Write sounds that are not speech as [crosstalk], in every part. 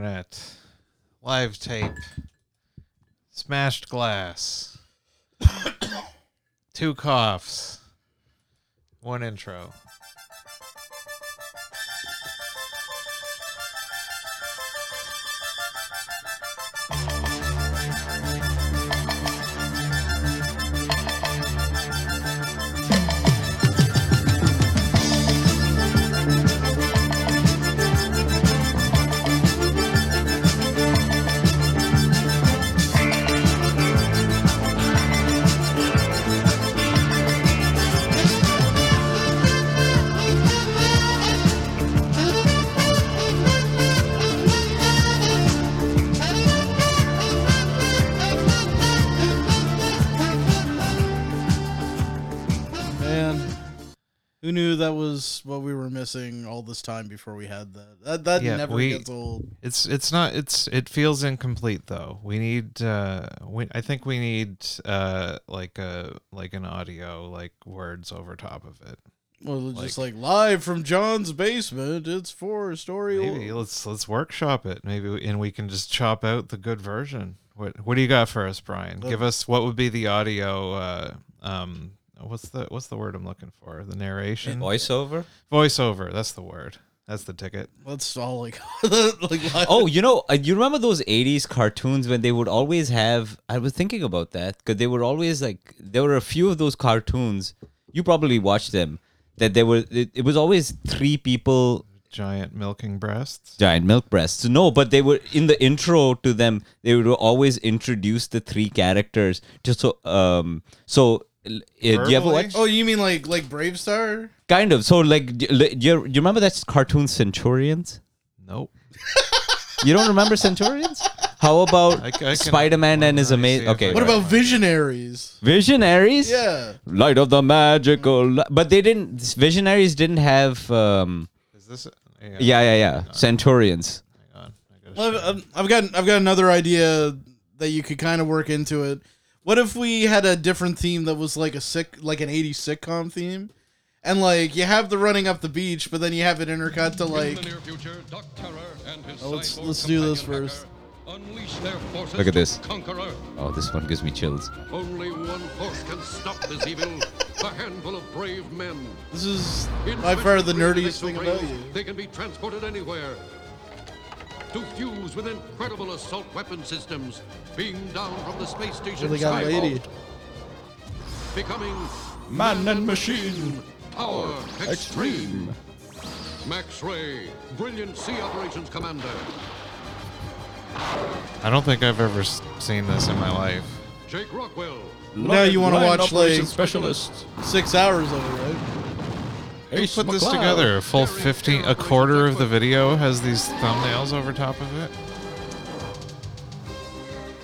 Internet, live tape, smashed glass, [coughs] two coughs, one intro. Man, who knew that was what we were missing all this time before we had that? That that Yeah, never we- gets old. It's it's not it's it feels incomplete though. We need uh we I think we need uh like a like an audio like words over top of it. Well, it's just like live from John's basement, it's four story Maybe let's let's workshop it. Maybe we- and we can just chop out the good version. What what do you got for us, Brian? The- Give us what would be the audio uh um what's the what's the word I'm looking for? The narration? voiceover. Voiceover. That's the word. That's the ticket. That's all like, [laughs] like live- Oh, you know, uh, you remember those '80s cartoons when they would always have? I was thinking about that because they were always like there were a few of those cartoons. You probably watched them. That there were it, it was always three people Giant milking breasts. giant milk breasts. No, but they were in the intro to them. They would always introduce the three characters just so um so. Uh, do you ever Verbally? watch? Oh, oh, you mean like like Brave Star? Kind of. So like, do you, do you remember that cartoon Centurions? Nope. You don't remember Centurions? How about I c- I can- Spider Man and his let me see amazing? if I Okay, What Right, about right. Visionaries? Visionaries? Yeah, Light of the magical, li- but they didn't. Visionaries didn't have. Um, Is this hang on, yeah, yeah, yeah. Centurions. hang on. I gotta Well, share. I've, I've- I've got I've got another idea that you could kind of work into it. What if we had a different theme that was like a sick like an 80s sitcom theme? And like you have the running up the beach, but then you have it intercut to like In the near future, Doc Terror and his Oh, let's- cyborg let's do this companion first. Hacker Unleash their forces Look at to this. Conquer Earth. Oh, this one gives me chills. Only one force can stop this evil. [laughs] a handful of brave men. this is In by far the special nerdiest thing rays, about you. They can be transported anywhere. To fuse with incredible assault weapon systems beamed down from the space station Really got Skyhawk, lady. becoming Man and machine. power extreme. Extreme. Max Ray, brilliant sea operations commander. I don't think I've ever s- seen this in my life. Jake Rockwell, Now you wanna Line watch, operation like- specialist. Six hours of it, right? Ace Put this McCloud. together. A full 15, a quarter of the video has these thumbnails over top of it.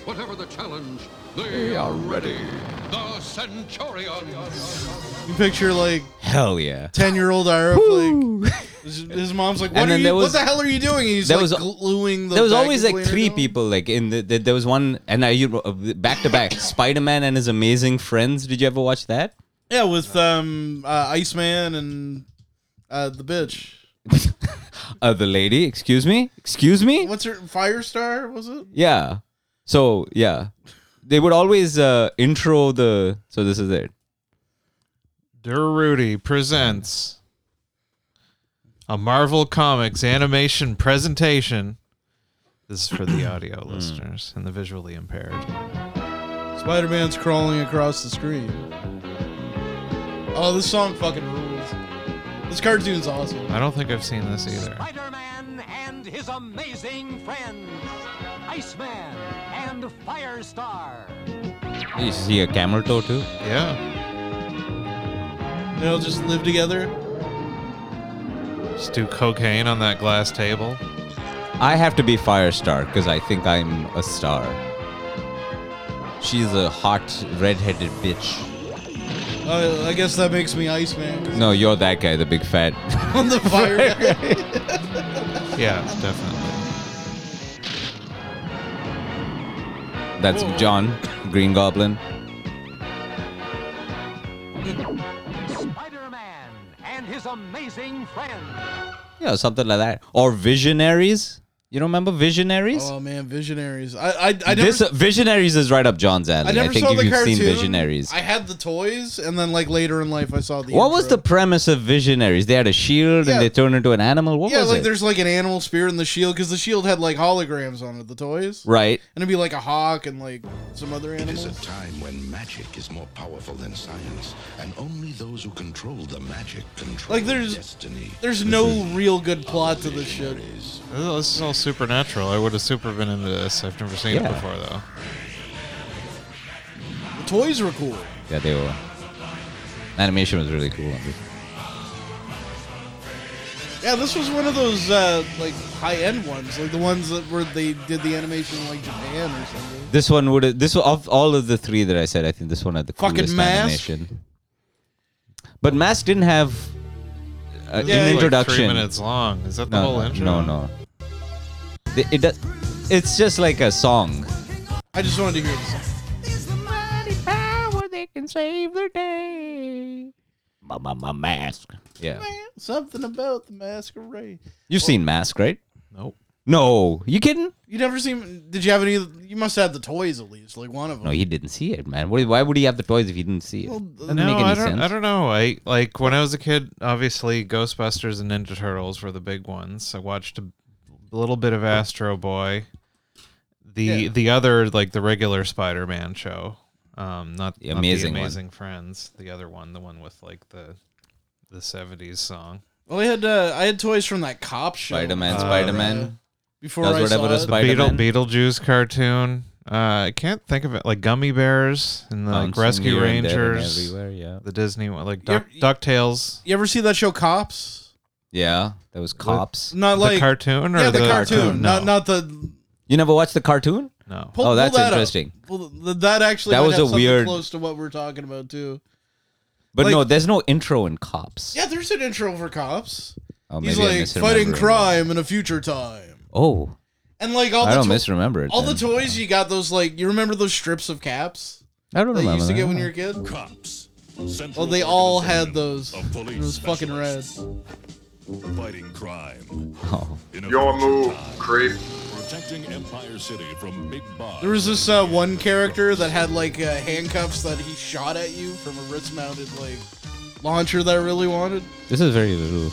whatever the challenge, We they are ready. The Centurion. You picture like Hell yeah. ten year old Arif like his, his mom's like, What And are then you there what was- the hell are you doing? He's there like was- gluing the There was back always of like the three intercom. people like in the, the there was one and I you uh, back [laughs] to back Spider Man and his amazing friends. Did you ever watch that? Yeah, with um uh, Iceman and uh the bitch. Uh, the lady, excuse me, excuse me. What's her Firestar, was it? Yeah. So yeah, they would always uh, intro the. So this is it. Der Rudy presents a Marvel Comics animation presentation. This is for the audio listeners and the visually impaired. Spider Man's crawling across the screen. Oh, this song fucking rules. This cartoon's awesome. I don't think I've seen this either. Spider-Man and his amazing friends, Iceman and Firestar. You see a camel toe too. Yeah. They'll just live together. Just do cocaine on that glass table. I have to be Firestar because I think I'm a star. She's a hot redheaded bitch. Uh, I guess that makes me Iceman. No, you're that guy, the big fat. [laughs] On the fire. Yeah, definitely. That's John, Green Goblin. Spider-Man and his amazing friends. Yeah, something like that. Or visionaries. You don't remember Visionaries? Oh man, Visionaries. I I, I never this uh, Visionaries is right up John's alley. I I, never think saw if the you've cartoon. seen Visionaries. I had the toys, and then like later in life, I saw the. what was intro. the premise of Visionaries? They had a shield Yeah. and they turned into an animal. What Yeah, was like it? there's like an animal spirit in the shield because the shield had like holograms on it. The toys, Right. and it'd be like a hawk and like some other It is a animals. time when magic is more powerful than science, and only those who control the magic control Like, there's- destiny. There's no real good plot to this shit. Oh, This is all supernatural. I would have super been into this. I've never seen Yeah. it before though. The toys were cool. Yeah, they were. Animation was really cool. on this. Yeah, this was one of those uh, like high end ones, like the ones that were they did the animation in, like Japan or something. This one would. This one- of all of the three that I said, I think this one had the Fucking coolest Mask. animation. But Mask didn't have This uh, is an like introduction. three minutes long. Is that the no, whole no, intro? no, no. The- It, does. It's just like a song. I just wanted to hear the song. Ma- ma- ma- Mask. Yeah, Something about the masquerade. you've seen Mask, right? Nope. No, you kidding? You never seen? Did you have any? You must have the toys at least, like one of them. No, he didn't see it, man. Why why would he have the toys if he didn't see it? Well, Doesn't no, make any I don't. sense. I don't know. I like when I was a kid. Obviously, Ghostbusters and Ninja Turtles were the big ones. I watched a little bit of Astro Boy. The Yeah. the other like the regular Spider Man show, um, not The not amazing one. amazing Friends. The other one, the one with like the the seventies song. Well, I had uh, I had toys from that cop show. Spider-Man, uh, Spider-Man. Before Does I whatever saw the it. Spider- Beetle, Spider-Man. Beetlejuice cartoon. Uh, I can't think of it. Like Gummy Bears and like Bouncing Uh, Rescue here and there and Rangers. everywhere, yeah. The Disney one, like You're- Duck, DuckTales. you ever see that show Cops? Yeah, that was cops. Not the like cartoon or yeah, the, cartoon, No, not not the. You never watched the cartoon? no. Pull, Oh, that's pull that up. interesting. Pull- th- that actually That might was have a something weird- close to what we're talking about too. But Like- no, there's no intro in cops. Yeah, there's an intro for Cops. Oh, He's maybe I'm like misremembering fighting that. crime in a future time, Oh, and like all I the don't to- misremember it. all the then. toys you got those like you remember those strips of caps I don't that you remember. used to that. get when you were a kid. cops. Well, they all had those. It was fucking red. Fighting crime. [laughs] Oh. in a Your future move, time. creep. Protecting Empire City from big bars. There was this uh, one character that had like uh, handcuffs that he shot at you from a wrist-mounted like launcher that I really wanted. [laughs] This is very little.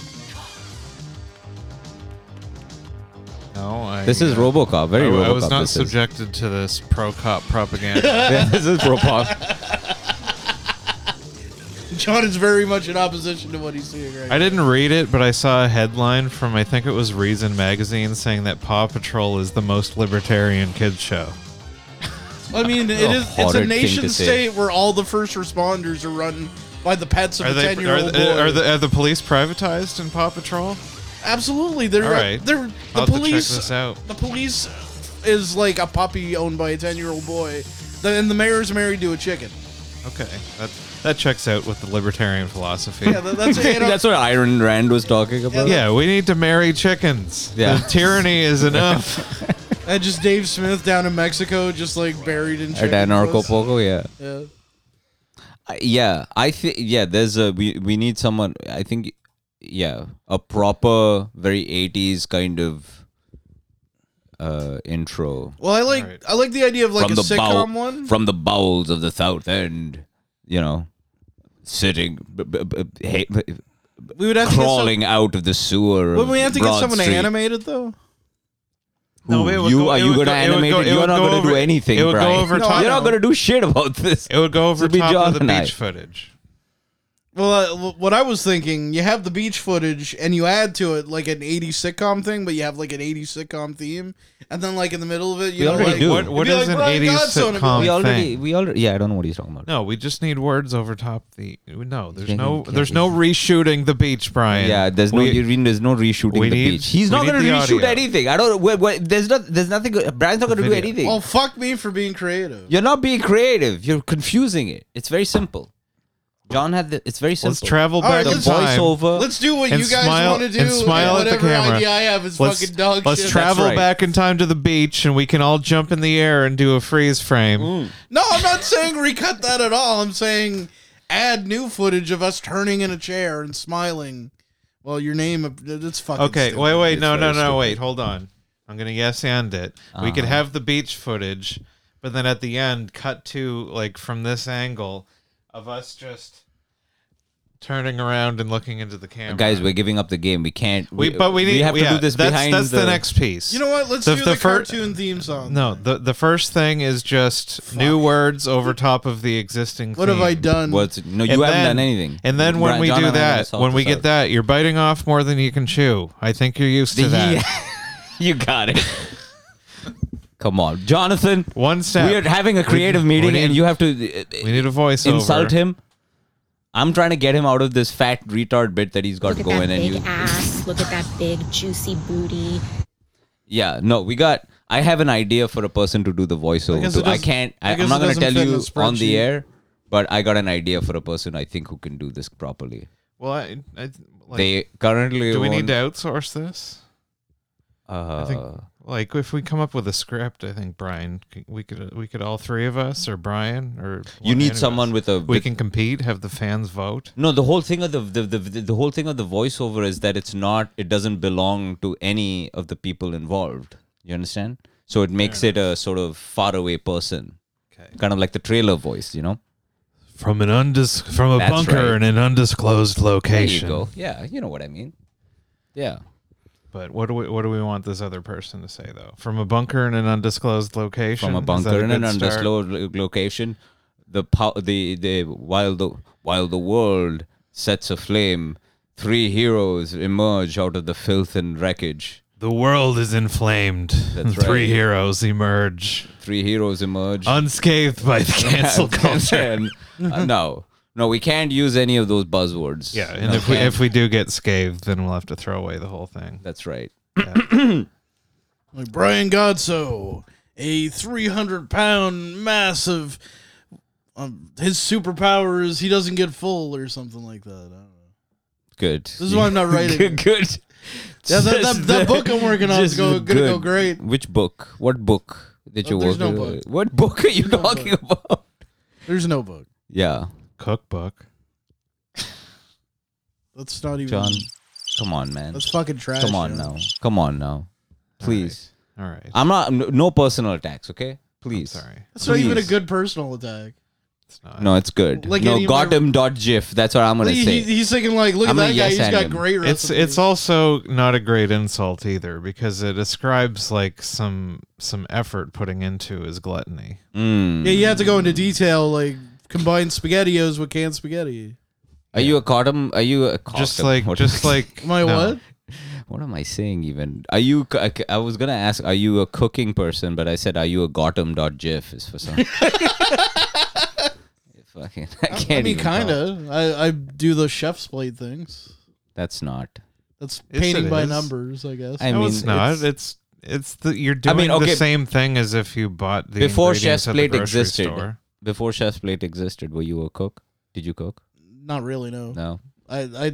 No, I, This is uh, RoboCop. I, Very RoboCop. I was not this is. subjected to this pro cop [laughs] propaganda. Yeah, [laughs] this is RoboCop. John is very much in opposition to what he's seeing right I now. didn't read it, but I saw a headline from I think it was Reason magazine saying that Paw Patrol is the most libertarian kids show. I mean, it A is it's horrid a thing nation to say. state where all the first responders are run by the pets of Are a they? Are, ten-year-old the- boy. are the are the police privatized in Paw Patrol? Absolutely, they're All right. they're the I'll have to check police. this out. The police is like a puppy owned by a ten-year-old boy, and the mayor's married to a chicken. Okay, that that checks out with the libertarian philosophy. Yeah, that, [laughs] that's a, That's what Iron Rand was talking about. Yeah, we need to marry chickens. Yeah. The tyranny [laughs] is enough. And just Dave Smith down in Mexico, just like buried in Or chicken that Narco puss. Poco, yeah. Yeah. I- yeah i think yeah there's a we, we need someone i think yeah a proper very 80s kind of uh intro Well, I like Right. I like the idea of like from a the sitcom bowl, one. from the bowels of the south end you know sitting b- b- b- hey, b- we would have to crawling out of the sewer Get some, would we have to get Broad someone to Street. animate it though? No, it would you go- are it you would gonna go- it would animate go- it? it You're would not go gonna over- do anything. it would go Brian. over No, top. You're not gonna do shit about this. It would go over It'd be top John of the and I. beach footage. Well, uh, what I was thinking, you have the beach footage and you add to it like an 80s sitcom thing, but you have like an 80s sitcom theme, and then like in the middle of it, you We know, already like, do. What, what It'd be is like an Brian 80s Godson and sitcom we already, thing? we already. Yeah, I don't know what he's talking about. No, we just need words over top the. No, there's Yeah, no, yeah, there's yeah. no reshooting the beach, Brian. Yeah, there's no We- you mean there's no reshooting we the need- beach. He's we not need gonna the E reshoot audio. anything. I don't. Wait, wait, there's not. There's nothing. go- Brian's not gonna do video. anything. Oh, fuck me for being creative. You're not being creative. You're confusing it. It's very simple. John had the. It's very simple. Let's travel All back right, in let's- time. voiceover. Let's do what And you guys smile- want to do. and smile at the whatever camera. idea I have is Let's, fucking dog let's shit. travel right. back in time to the beach, and we can all jump in the air and do a freeze frame. Mm, No, I'm not saying recut that at all. I'm saying add new footage of us turning in a chair and smiling. Well, your name, it's fucking. Okay, stupid. wait, wait, no, no, very no, stupid. Uh-huh. wait, hold on. I'm gonna yes and it. We could have the beach footage, but then at the end, cut to like from this angle of us just turning around and looking into the camera. Guys, we're giving up the game. We can't. we, but we need have yeah, to do this that's, behind That's the, the next piece. You know what? Let's The- do the the, fir- cartoon theme song. No, the the first thing is just new words over top of the existing. What have I theme. done? What's no? You And haven't then- done anything. And then when Ra- we John do and I are gonna that, solve when we this get out. that, you're biting off more than you can chew. I think you're used [laughs] to that. you got it. [laughs] Come on, Jonathan. One step. We are having a creative we meeting, need- and you have to uh, We need a voiceover. insult him. I'm trying to get him out of this fat retard bit that he's got Look at going, that and big you. ass. Look at that big juicy booty. Yeah, no, we got. I have an idea for a person to do the voiceover. guess to. it I doesn't- can't. I, I I'm guess not it gonna doesn't tell fit in you the on the spreadsheet. air, but I got an idea for a person I think who can do this properly. Well, I, I, like, they currently do we need to own, outsource this? Uh, I think, like, if we come up with a script, I think Brian, c- we could, we could all three of us, or Brian, or one- you any need of someone us. with a. We with- can compete, have the fans vote. No, the whole thing of the the, the the the whole thing of the voiceover is that it's not it doesn't belong to any of the people involved. You understand? So it makes it a sort of faraway person, Okay. kind of like the trailer voice. You know? From an undis- from a That's bunker right. in an undisclosed There location. you go. Yeah, you know what I mean. Yeah. But what do we what do we want this other person to say though? From a bunker in an undisclosed location. From a Is that bunker in an good start? undisclosed lo- location, the pow- the the while the while the world sets aflame, three heroes emerge out of the filth and wreckage. The world is inflamed. That's Three right. heroes emerge, Three heroes emerge. [laughs] unscathed by the cancel culture. And- [laughs] uh, no, no, we can't use any of those buzzwords. [laughs] Yeah, and No, if we can't. if we do get scathed, then we'll have to throw away the whole thing. that's right. Like Brian Godso, a 300 pound massive. Um, his superpower is he doesn't get full or something like that. I don't know. Good. This is why I'm [laughs] not writing good. it. good. Yeah, that, that, [laughs] Just that book I'm working on is just go, gonna go good. great. Oh, Which book? What book did you there's work? no on? book. What book are you no book. talking about? There's no book. Yeah, Cookbook. That's not even. John. Come on, man. That's fucking trash. Come on John. now. Come on now. Please. All right. I'm not. No no personal attacks. Okay. Please. Sorry. That's not even a Please. good personal attack. It's not. No, it's good. Like no, any- Gotham dot gif. That's what I'm gonna Like, he- say. he's thinking like, look I'm at gonna that guy. yes He's and got him. great It's recipes. it's also not a great insult either because it ascribes like some some effort putting into his gluttony. Mm. yeah. You have to go into detail like combine spaghettios with canned spaghetti. Are you a Gotham? Are you a Gotham? Just like What- just like [laughs] My no. what? What am I saying even? Are you? c- I c- I was gonna ask, are you a cooking person? But I said, are you a Gotham.gif? Is for some. [laughs] [laughs] Fucking, I can't. I mean, even talk. kind of. I, I do the chef's plate things. That's not. That's Yes, painting it by is. numbers, I guess. I No, mean, it's not. It's it's- it's, the you're doing I mean, okay. the same thing as if you bought the Before ingredients Chef's at the Plate grocery existed. Store. Before Chef's Plate existed, were you a cook? Did you cook? Not really. No. No. I I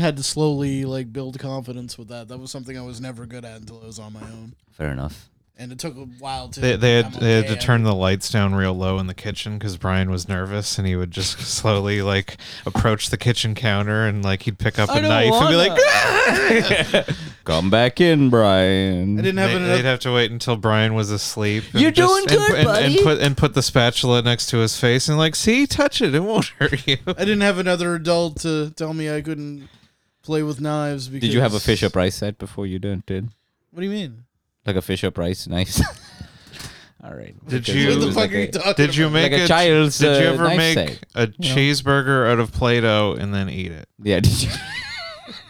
had to slowly like build confidence with that. That was something I was never good at until I was on my own, Fair enough. and it took a while to. They, they, had, I'm they had to okay. turn the lights down real low in the kitchen because Brian was nervous and he would just [laughs] slowly like approach the kitchen counter and like he'd pick up a knife and be like, Come back in, Brian. I didn't have they, would enough. have to wait until Brian was asleep. and You're doing and- good, and, and buddy. put and put the spatula next to his face and like, see, touch it, it won't hurt you. [laughs] I didn't have another adult to tell me I couldn't play with knives. Because, Did you have a Fisher Price set before you did? Did What do you mean? like a Fisher Price [laughs] knife? All right. Did Because you- it What the was fuck like are you a- talking? Did you about? make Like a it- child's, Did you uh, ever knife make set, a cheeseburger out of Play-Doh and then eat it? Yeah. Did you? [laughs]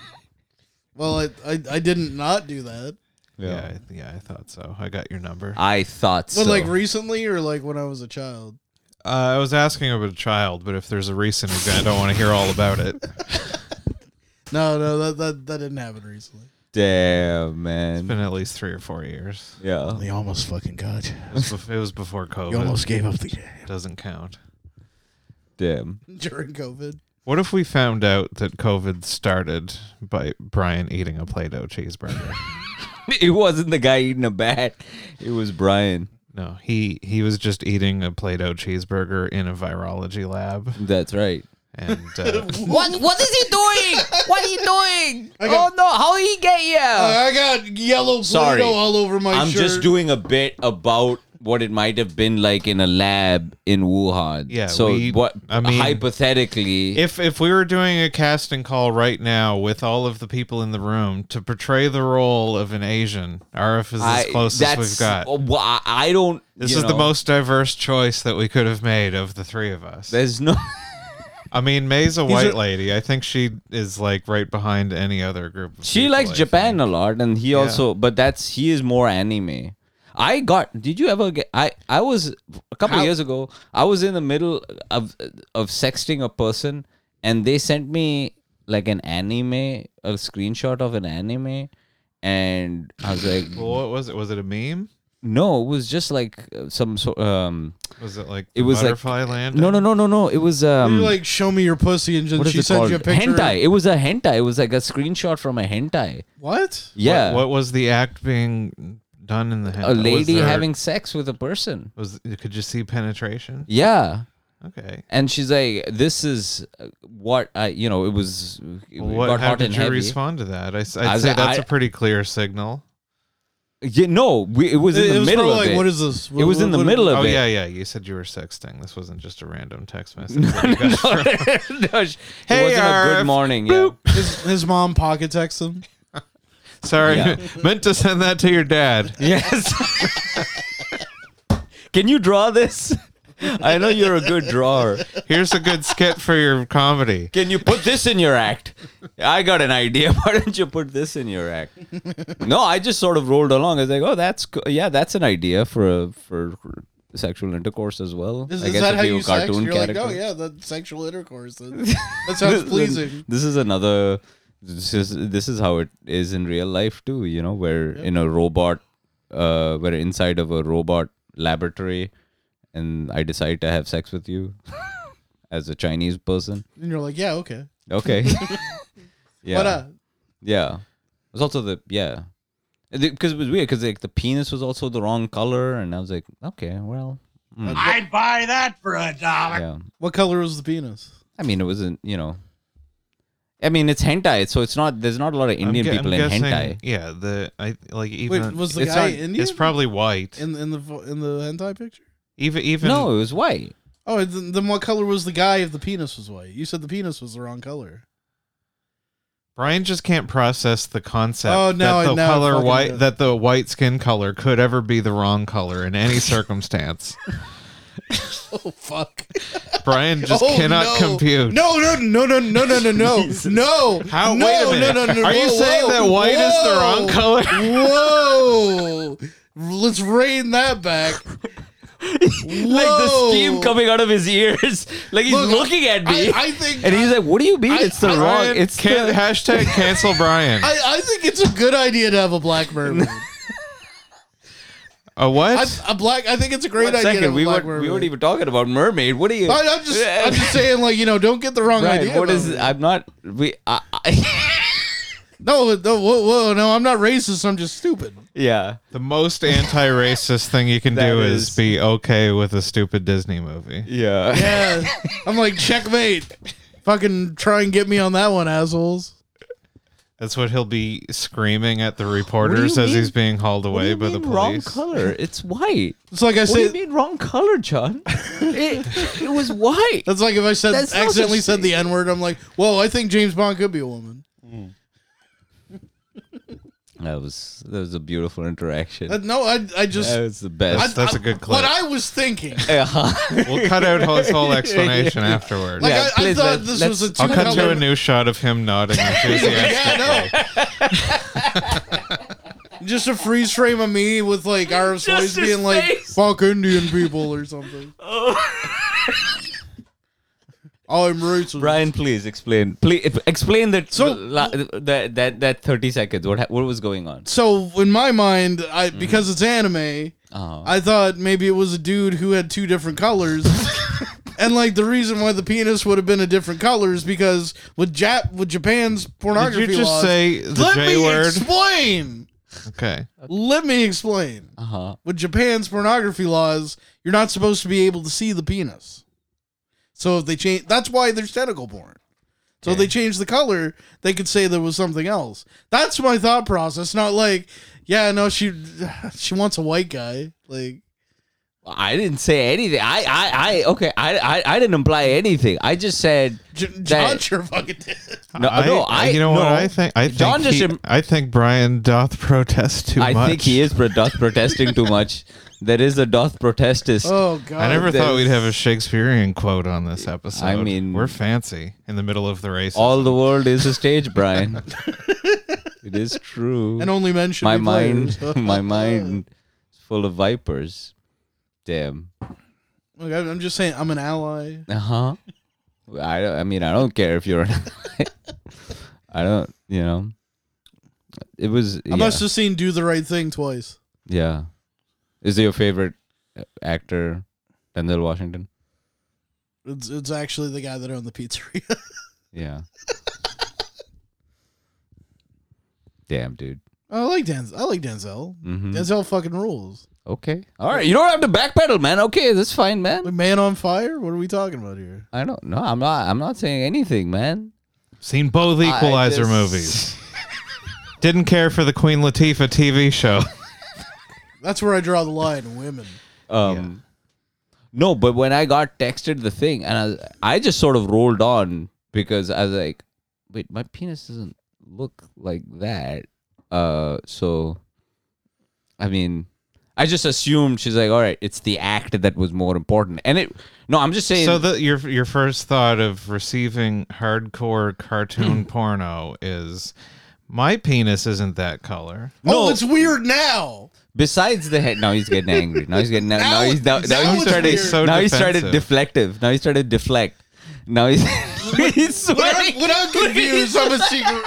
Well, I, I I didn't not do that. Yeah, I- yeah, I thought so. I got your number. I thought so. But like recently, or like when I was a child. Uh, I was asking about a child, but if there's a recent event, I don't want to hear all about it. No, no, that that, that didn't happen recently. Damn, It's man. been at least three or four years. Yeah. They almost fucking got you. It was, bef- it was [laughs] before COVID. You almost gave up the [laughs] game doesn't count. Damn. [laughs] during COVID. What if we found out that COVID started by Brian eating a Play-Doh cheeseburger? It wasn't the guy eating a bat. It was Brian. no, he he was just eating a Play-Doh cheeseburger in a virology lab, That's right. and uh, [laughs] What what is he doing? doing? What are you doing? Oh no! How did he get here? I got yellow Pluto Uh, Sorry. all over my I'm shirt. just doing a bit about what it might have been like in a lab in Wuhan. Yeah, So we- what? I mean- hypothetically, If if we were doing a casting call right now with all of the people in the room to portray the role of an Asian, RF is as close as we've got. Well, I, I don't. This oh, is you the know, most diverse choice that we could have made of the three of us. There's no. I mean, May's a These white are- lady. I think she is like right behind any other group. Of She people, likes I Japan think. a lot, and he also. But that's he is more anime. I got. Did you ever get? I I was a couple of years ago. I was in the middle of of sexting a person, and they sent me like an anime, a screenshot of an anime, and I was like, Well, what was it? Was it a meme? no, it was just like uh, some sort. Um, Was it like It was like- Butterfly Land? no, no, no, no, no. It was um. You're like, show me your pussy, and then what is she it sent called? you a picture. Hentai. It was a hentai. It was like a screenshot from a hentai. What? Yeah, What, what was the act being done in the hand? a lady was there- having sex with a person. was could you see penetration? Yeah. Okay. And she's like, "This is uh, what I, you know, it was it Well, what, got how hot did and you heavy." respond to that? I, would I was say like, that's a I- pretty clear signal. Yeah, no, we, it was It, in it the was middle probably of like, it. what is this? It was in the middle of Oh it. yeah, yeah. You said you were sexting. This wasn't just a random text [laughs] message. that you got from- No, sh- Hey, it wasn't a Arf. good morning. Yeah. His, his mom pocket texts him. Sorry, Yeah. [laughs] meant to send that to your dad. [laughs] Yes. Can you draw this? [laughs] I know you're a good drawer. Here's a good skit for your comedy. Can you put this in your act? I got an idea. [laughs] Why don't you put this in your act? No, I just sort of rolled along. I was like, "Oh, that's co- yeah, that's an idea for a, for sexual intercourse as well." Is, I is guess that if how you're you a sex? cartoon You're like, character. oh yeah, that sexual intercourse. [laughs] That, that sounds This- pleasing. This is another. This is this is how it is in real life too. You know, where in a robot, uh, where inside of a robot laboratory, and I decide to have sex with you, [laughs] as a Chinese person. And you're like, yeah, okay. [laughs] Okay. yeah. But uh, Yeah. It was also the yeah, because it was weird because like the penis was also the wrong color, and I was like, okay, well, hmm. what, yeah. what color was the penis? I mean, it wasn't you know. I mean, it's hentai, so it's not. There's not a lot of Indian gu- people in hentai. Yeah, the I like Wait, even was the it's guy not- Indian? it's probably white. in in the vo- in the hentai picture. even even No, it was white. Oh, then, then what color was the guy if the penis was white? You said the penis was the wrong color. Brian just can't process the concept Oh, now I- that the now I color fucking white do. that the white skin color could ever be the wrong color in [laughs] any circumstance. Oh fuck! Brian just Oh, cannot no. compute. No, no, no, no, no, no, no, [laughs] no, no. How? No, wait a minute. No, no, no, Are you whoa, saying that whoa, white is the wrong whoa. color? [laughs] Whoa! Let's rein that back. [laughs] Like the steam Whoa. coming out of his ears. [laughs] Like he's Look, looking at me, I, I think. [laughs] and he's like, "What do you mean? I- it's the I- wrong. Brian, it's can- the, hashtag cancel Brian. [laughs] I, I think it's a good idea to have a [laughs] black mermaid. A what? I, a black. I think it's a great idea. to second. have a We black weren't we mermaid. weren't even talking about mermaid. What are you? I, I'm just. I'm just saying, like you know, don't get the wrong Brian, idea. what about is? it. uh, I'm not. We. I, I, No, no, whoa, whoa, no, I'm not racist. I'm just stupid. yeah. the most anti-racist thing you can That do is, is- be okay with a stupid Disney movie. [laughs] Yeah. Yeah, I'm like checkmate. Fucking try and get me on that one, assholes. That's what he'll be screaming at [gasps] the reporters as mean- he's being hauled What do away you by the mean Wrong police. color. [laughs] It's white. It's like I What do you said. mean wrong color, John? It, it was white. That's like if I said That's no accidentally such said the n word. I'm like, whoa, I think James Bond could be a woman. That was that was a beautiful interaction. Uh, no, I, I just. That was the best. I- that's I- a good clip. What I was thinking. [laughs] Uh-huh. We'll cut out his whole explanation afterward. Like Yeah, I, I please, thought let- this let's- was a two I'll cut to color. a new shot of him nodding enthusiastically. yeah, no. just a freeze frame of me with like Arab's voice his being like face. fuck Indian people or [laughs] something. Oh, I'm racist. Brian, please explain. Please explain that. So- So that that that thirty seconds. What ha- what was going on? So in my mind, I because it's anime, Oh. Uh-huh. I thought maybe it was a dude who had two different colors. And like the reason why the penis would have been a different color is because with Jap with Japan's Did pornography you just laws. say the let J me word? explain. okay. Let me explain. Uh huh. with Japan's pornography laws, you're not supposed to be able to see the penis. So if they change, that's why there's tentacle porn. So they changed the color. They could say there was something else. That's my thought process. Not like, yeah, no, she [sighs] she wants a white guy. Like, I didn't say anything. I, I, I okay. I, I, I didn't imply anything. I just said J- John that- sure fucking did. no, no. I, you know no. what I think? I think John just he- im- I think Brian doth protest too I much. think he is pro- doth protesting too much. There is a doth protestist. Oh god. I never There's- thought we'd have a Shakespearean quote on this episode. I mean- we're fancy in the middle of the race. All the world is a stage, Brian. it is true. and only men should my be mind, players. [laughs] [laughs] my mind, is full of vipers. Damn. Look, I'm I'm just saying, I'm an ally. Uh huh. I don't- I mean I don't care if you're. An, [laughs] I don't. You know. It was. I Yeah. must have seen "Do the Right Thing" twice. yeah. Is it your favorite uh, actor, Denzel Washington? It's, it's actually the guy that owned the pizzeria. [laughs] Yeah. Damn, dude. I like Denzel. I like Denzel. Mhm. Denzel fucking rules. Okay. All right. You don't have to backpedal, man. Okay, that's fine, man. Like Man on Fire. What are we talking about here? I don't. No, I'm not. I'm not saying anything, man. Seen both Equalizer I just- [laughs] movies. Didn't care for the Queen Latifah TV show. That's where I draw the line. Women. Um, No, but when I got texted the thing, and I, I just sort of rolled on because I was like, wait, my penis doesn't look like that. Uh, so, I mean, I just assumed she's like, all right, it's the act that was more important, and it. No, I'm just saying. so the, your your first thought of receiving hardcore [clears throat] cartoon porno is, my penis isn't that color. Oh, No. it's weird now. Besides the head, now he's getting angry. Now he's getting now, Now- now he's now, now now he's it's started weird. So now he's started defensive. deflective. Now he's started deflect. Now he's [laughs] he's When I'm, sweating. when I'm confused, [laughs] I'm a secret.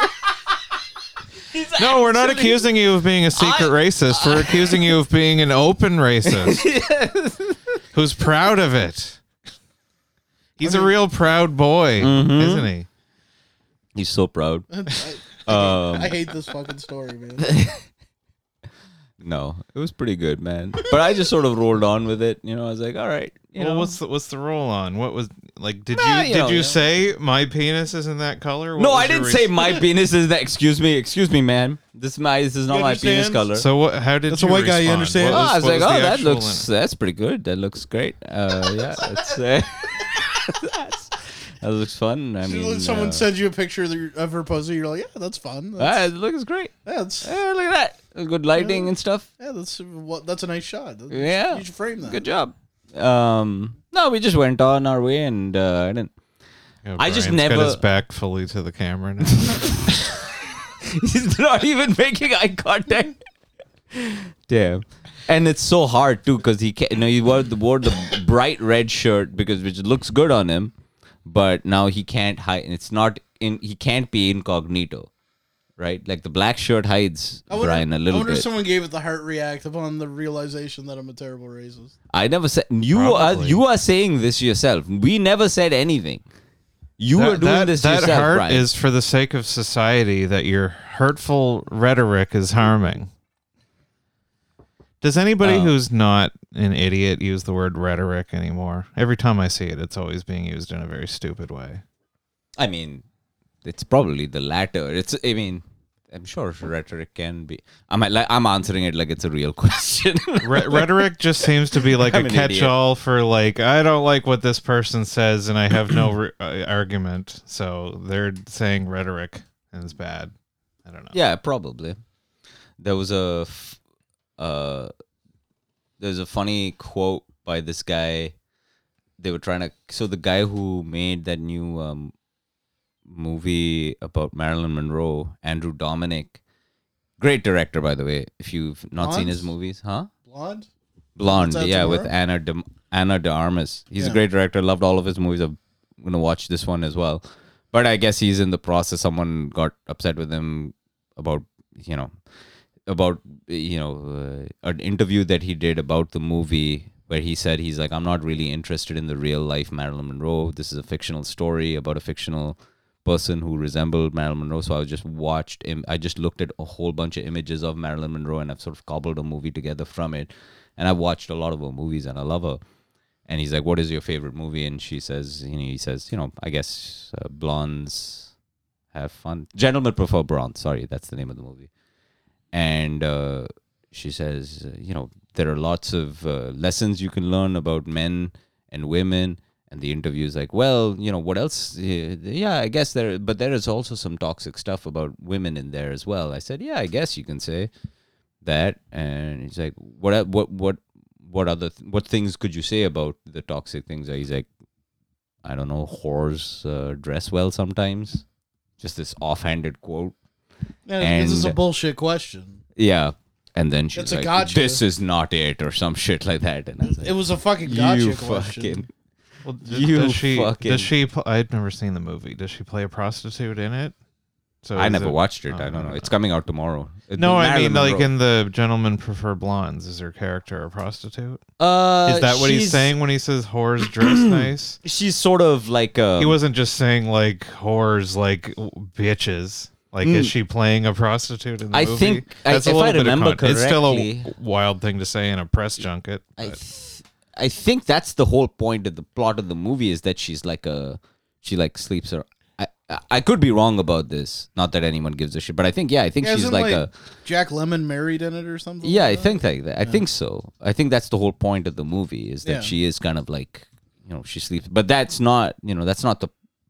No, we're not accusing you of being a secret racist. We're accusing you of being an open [laughs] racist who's proud of it. He's a real proud boy, Mm-hmm. isn't he? He's so proud. Um, I hate this fucking story, man. No, it was pretty good, man. But I just sort of rolled on with it. You know, I was like, all right, you well, know, what's the, what's the roll on? What was like? Did Nah, you you did know, you yeah. say my penis isn't that color? What no, was I your didn't re- say my penis is that. Excuse me, excuse me, man. This is my this is not You my penis understand? color. So what? How did That's you a white guy, you respond? understand? What Ah, I was what like, the oh, that actual looks in- that's pretty good. That looks great. Uh, yeah, that's, uh, [laughs] that's- that looks fun. I mean, Someone uh, sends you a picture of, the, of her pussy. You're like, yeah, that's fun. That's, Ah, it looks great. yeah, that's Ah, look at that. Good lighting and stuff. yeah, that's what that's a nice shot. That's- Yeah. you should frame that. Good job. Um, no, we just went on our way and uh, I didn't. [laughs] Yeah, I just Brian's got never- his back fully to the camera. [laughs] Now. He's not even making eye contact. [laughs] Damn. And it's so hard too because he can't, you know, he wore the, wore the bright red shirt because which looks good on him, but now he can't hide. And it's not in, he can't be incognito, right? Like the black shirt hides I wonder, Brian a I little wonder bit. if someone gave it the heart react upon the realization that I'm a terrible racist. I never said you are Probably. you are saying this yourself. We never said anything. You that, are doing that- this that yourself, heart Brian. is for the sake of society that your hurtful rhetoric is harming. Does anybody Oh. who's not an idiot use the word rhetoric anymore? Every time I see it, it's always being used in a very stupid way. I mean, it's probably the latter. It's I mean, I'm sure rhetoric can be. I'm like I'm answering it like it's a real [laughs] question. [laughs] Rhe- rhetoric just seems to be like I'm a an idiot. catch-all for like I don't like what this person says and I have [clears throat] no re- uh, argument, so they're saying rhetoric and it's bad. I don't know. yeah, probably. There was a f- uh, there's a funny quote by this guy. They were trying to so the guy who made that new um, movie about Marilyn Monroe, Andrew Dominic, great director by the way. If you've not seen his Blondes? movies, huh? Blonde? Blonde, Is that yeah, with tomorrow? Anna de, Anna de Armas. He's Yeah. a great director. Loved all of his movies. I'm gonna watch this one as well. But I guess he's in the process. Someone got upset with him about you know about you know uh, an interview that he did about the movie where he said he's like I'm not really interested in the real life Marilyn Monroe. This is a fictional story about a fictional person who resembled Marilyn Monroe. So I just watched him. I just looked at a whole bunch of images of Marilyn Monroe and I've sort of cobbled a movie together from it. And I've watched a lot of her movies and I love her. And he's like, "What is your favorite movie?" And she says, "You know, he says, you know, I guess uh, Blondes, have fun. Gentlemen prefer bronze. Sorry, that's the name of the movie. And uh, she says, uh, you know, there are lots of uh, lessons you can learn about men and women. And the interview is like, well, you know, what else? Uh, Yeah, I guess there, but there is also some toxic stuff about women in there as well. I said, yeah, I guess you can say that. And he's like, what, e- what, what, what other, th- what things could you say about the toxic things? He's like, I don't know, whores uh, dress well sometimes. Just this offhanded quote. Yeah, this is a And- bullshit question. Yeah. And then she's It's a like, gotcha. this is not it, or some [laughs] shit like that. And I was like, It was a fucking gotcha you question. fucking. Well, d- You does she, fucking- Does she? pl- I've never seen the movie. Does she play a prostitute in it? So I is never it- watched it. Oh, I don't know. It's coming out tomorrow. Uh, No, I Marilyn mean like Monroe. in the Gentlemen Prefer Blondes. Is her character a prostitute? Uh, Is that what he's she's- saying when he says whores [clears throat] dress nice? She's sort of like um, a. He wasn't just saying like whores, like w- bitches. Like is she playing a prostitute in the Hmm. I movie? think- I- That's a if I little bit of remember con- It's still a w- correctly- wild thing to say in a press junket. I, but- th- I think that's the whole point of the plot of the movie is that she's like a she like sleeps or I I- I could be wrong about this. Not that anyone gives a shit, but I think yeah, I think Yeah, she's isn't, like a Jack Lemon married in it or something. Yeah, I like that? think like that. I think so. I think that's the whole point of the movie is that Yeah. she is kind of like you know she sleeps, but that's not you know that's not the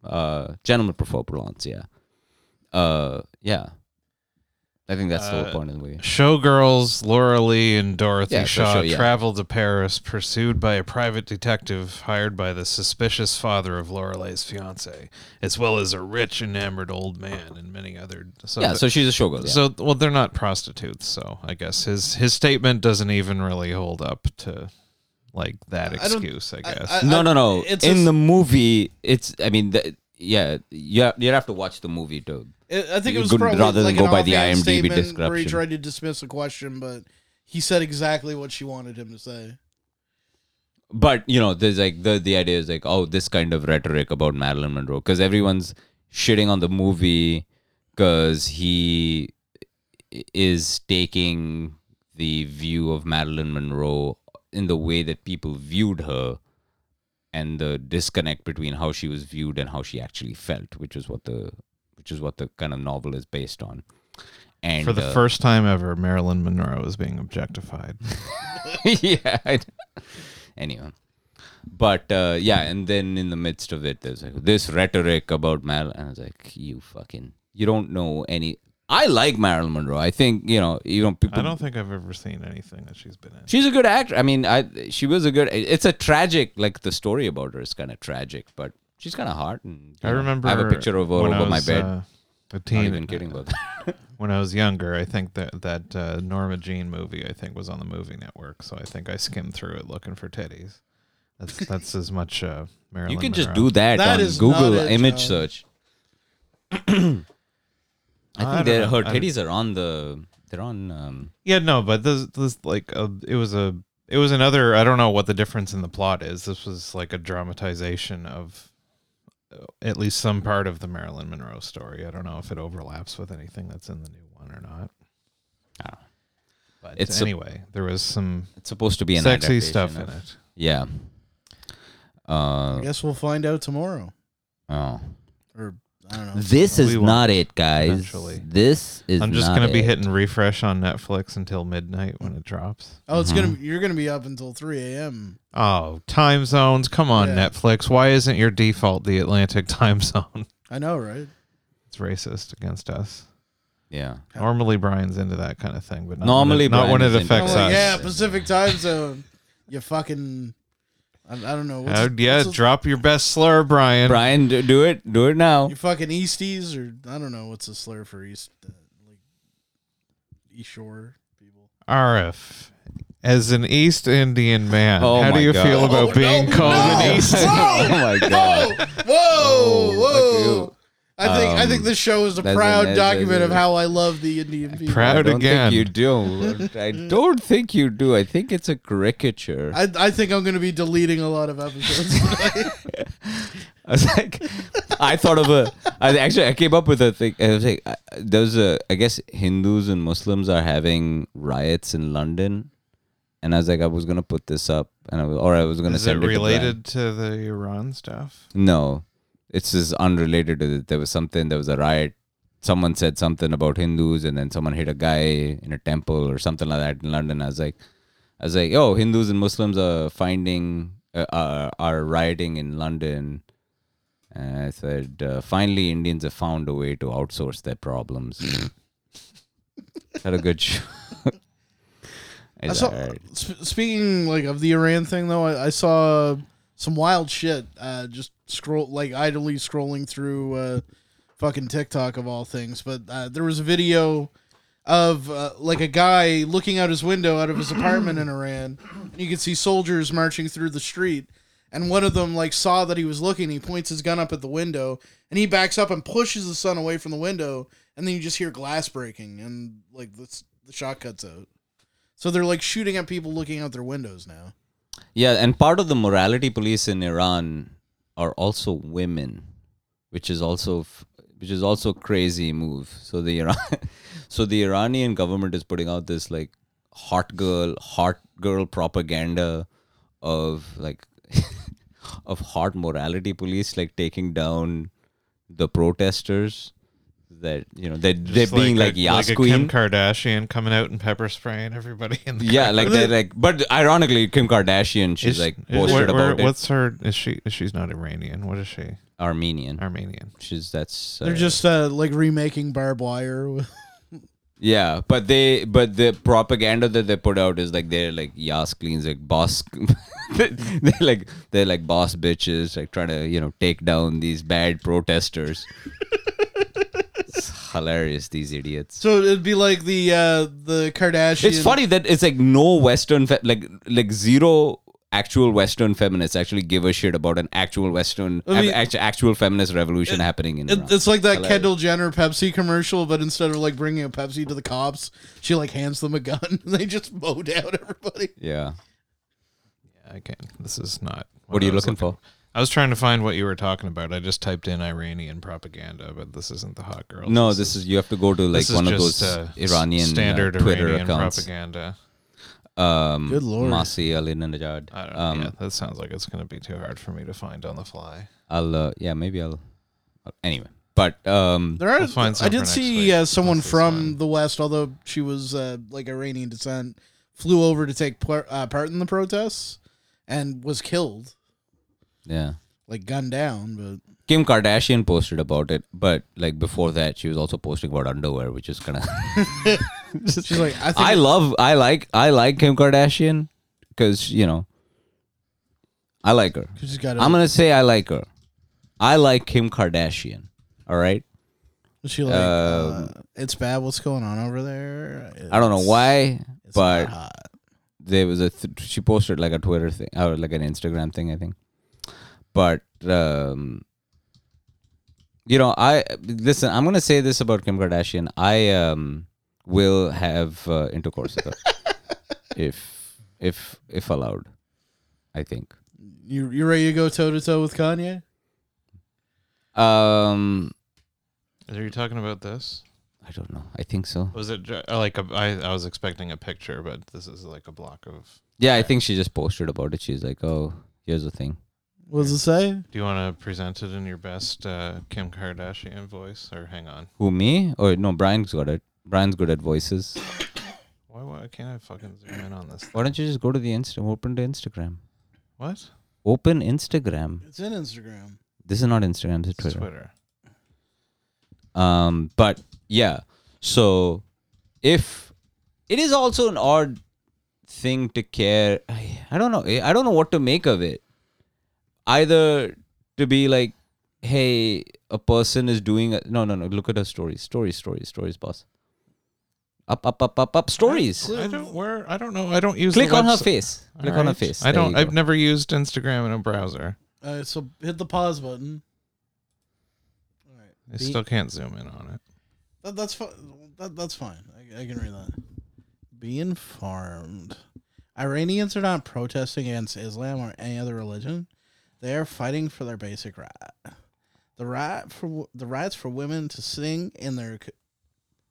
uh gentleman prefer blondes. Yeah, uh, yeah. I think that's the whole point of the movie. Showgirls Laura Lee and Dorothy Yeah, for Shaw sure, yeah. traveled to Paris, pursued by a private detective hired by the suspicious father of Laura Lee's fiance, as well as a rich, enamored old man and many other. So yeah, th- so she's a showgirl. Yeah. so well, they're not prostitutes, so I guess his his statement doesn't even really hold up to like that I don't- excuse. I, guess. I- no, no, no. it's in a- the movie, it's. I mean, the, yeah, yeah. You'd have to watch the movie to. It- I think it You was could- probably rather than like go an by the offhand IMDb statement Where he description. tried to dismiss a question, but he said exactly what she wanted him to say. But you know, there's like the the idea is like, oh, this kind of rhetoric about Marilyn Monroe, because everyone's shitting on the movie, because he is taking the view of Marilyn Monroe in the way that people viewed her. And the disconnect between how she was viewed and how she actually felt, which is what the, which is what the kind of novel is based on. And For the uh, first time ever, Marilyn Monroe is being objectified. Hmm. [laughs] yeah. I know. Anyway. But uh, yeah, and then in the midst of it, there's like this rhetoric about Mal, and I was like, "You fucking, you don't know any." I like Marilyn Monroe. I think you know, you know, people. I don't think I've ever seen anything that she's been in. She's a good actor. I mean, I she was a good. It's a tragic, like the story about her is kind of tragic, but she's kind of hot. And you I know, remember. I have a picture of her when over I my was, bed. uh, a teen, Not even kidding about that. When I was younger, I think that that uh, Norma Jean movie I think was on the Movie Network, so I think I skimmed through it looking for titties. That's that's as much uh, Marilyn. You can just Monroe. do that, That on is Google not it, [clears throat] John. image search. I I don't think that know. her I don't- titties are on the. They're on. Um, Yeah, no, but this this like a, it was a it was another. I don't know what the difference in the plot is. This was like a dramatization of uh, at least some part of the Marilyn Monroe story. I don't know if it overlaps with anything that's in the new one or not. I don't know. But It's a- anyway, there was some it's supposed to be an sexy adaptation stuff of- in it. Yeah. I Uh, guess we'll find out tomorrow, oh. or I don't know. This is We won't, not it, guys. eventually. This is. I'm just not gonna be it. hitting refresh on Netflix until midnight when it drops. Oh, it's Uh-huh. gonna you're gonna be up until three a.m. Oh, time zones! Come on, Yeah. Netflix. Why isn't your default the Atlantic [laughs] time zone? I know, right? It's racist against us. [laughs] Yeah. Normally, Brian's into that kind of thing, but not when Normally it, not when Brian it is into Oh, affects I'm like, us. yeah, Pacific time zone. You fucking. I, I don't know. What's, Uh, yeah, what's- drop your best slur, Brian. Brian, do, do it. Do it now. you fucking Easties, or I don't know what's a slur for East, uh, like East Shore people. RF. As an East Indian man, Oh how do my you God. feel about being called an East? [laughs] oh my god. Whoa, Oh, whoa! I think I think this show is a that's a- proud that's a- document of how I love the Indian people. Proud I don't again. think you do. I don't think you do. I think it's a caricature. I, I think I'm gonna be deleting a lot of episodes. I was like, I thought of a. I actually I came up with a thing. I was like, I, there was a. I guess Hindus and Muslims are having riots in London, and I was like, I was gonna put this up, and I was, or I was gonna Is it send it. to Brian. related to the Iran stuff? no, It's just unrelated to that. There was something. There was a riot. Someone said something about Hindus, and then someone hit a guy in a temple or something like that in London. I was like, I was like, oh, Hindus and Muslims are finding uh, are are rioting in London. And I said, uh, finally, Indians have found a way to outsource their problems. [laughs] Had a good show. [laughs] I It's saw, alright. sp- speaking like of the Iran thing though, I, I saw some wild shit. Uh, just scroll like idly scrolling through uh, fucking TikTok of all things, but uh, there was a video of uh, like a guy looking out his window out of his apartment in Iran, and you could see soldiers marching through the street. And one of them like saw that he was looking. He points his gun up at the window, and he backs up and pushes the son away from the window. And then you just hear glass breaking, and like the, the shot cuts out. So they're like shooting at people looking out their windows now. Yeah, and part of the morality police in Iran are also women, which is also f- which is also crazy move. So the Iran, [laughs] so the Iranian government is putting out this like hot girl, hot girl propaganda of like [laughs] of hot morality police like taking down the protesters that you know they they're Just being like, a- Yas a Queen. Kim Kardashian coming out and pepper spraying everybody in the yeah, crowd. like they're like, but ironically, Kim Kardashian, she's Is- like is- posted where- about where- it. What's her? Is she? She's not Iranian. What is she? Armenian. Armenian. which is that's uh, They're just uh, like remaking barbed wire. with- [laughs] yeah but they but the propaganda that they put out is like they're like yas cleans like boss [laughs] they're like they're like boss bitches like trying to you know take down these bad [laughs] protesters it's hilarious these idiots so it'd be like the uh, the Kardashian. it's funny that it's like no western fe- like like zero actual western feminists actually give a shit about an actual western I mean- actual, actual feminist revolution happening in Iran. It, it's like that Hilarious. Kendall Jenner Pepsi commercial, but instead of like bringing a Pepsi to the cops, she like hands them a gun [laughs] and they just mow down everybody. yeah Yeah, I can't. This is not. what are you I was looking for I was trying to find what you were talking about. I just typed in Iranian propaganda, but this isn't the hot girl. No, this is you have to go to like this is one of just, those uh, s- Iranian uh, standard Twitter Iranian accounts. propaganda. Um, Good lord. Masi Alinejad. I don't, Um, yeah, that sounds like it's going to be too hard for me to find on the fly. I'll uh, yeah, maybe I'll. uh, Anyway, but um, There are. We'll find some I for did next see week. uh, someone This is from fine. the West, although she was uh, like Iranian descent, flew over to take par- uh, part in the protests and was killed, yeah, like gunned down. But Kim Kardashian posted about it, but like before that, she was also posting about underwear, which is [laughs] kind of. [laughs] she's like, I think [laughs] I love, I like, I like Kim Kardashian because you know, I like her. she's got. a- I'm gonna say I like her. I like Kim Kardashian. All right. Is she like, Um, uh, it's bad. What's going on over there? I don't know It's- why, it's but not hot. there was a th- she posted like a Twitter thing or like an Instagram thing, I think. But um, you know, I listen. I'm gonna say this about Kim Kardashian. I um will have uh, intercourse with her if if if allowed. I think. you you ready to go toe to toe with Kanye? Um, Are you talking about this? I don't know. I think so. Was it ju- uh, like a, I, I was expecting a picture, but this is like a block of. Yeah, I think she just posted about it. She's like, "Oh, here's the thing." What does it say? Do you want to present it in your best uh, Kim Kardashian voice, or hang on? Who me? Oh no, Brian's got it. Brian's good at voices. Why, why can't I fucking zoom in on this? Thing? Why don't you just go to the Insta? Open to Instagram. What? Open Instagram. It's in Instagram. This is not Instagram. This is It's Twitter. Twitter. Um, but yeah. So if it is also an odd thing to care, I, I don't know. I don't know what to make of it. Either to be like, hey, a person is doing a, no, no, no. Look at her stories, stories, stories, stories, boss. Up, up, up, up, up. Stories. I don't where I don't know. I don't use. Click the on her website. face. Click on her Alright. face. I There don't. you I've go. never used Instagram in a browser. All right, Uh, so hit the pause button. All right, I still can't zoom in on it. that, that's fine. That, that's fine. I, I can read that. Be informed. Iranians are not protesting against Islam or any other religion. They are fighting for their basic right. The right for w- the rights for women to sing in their c-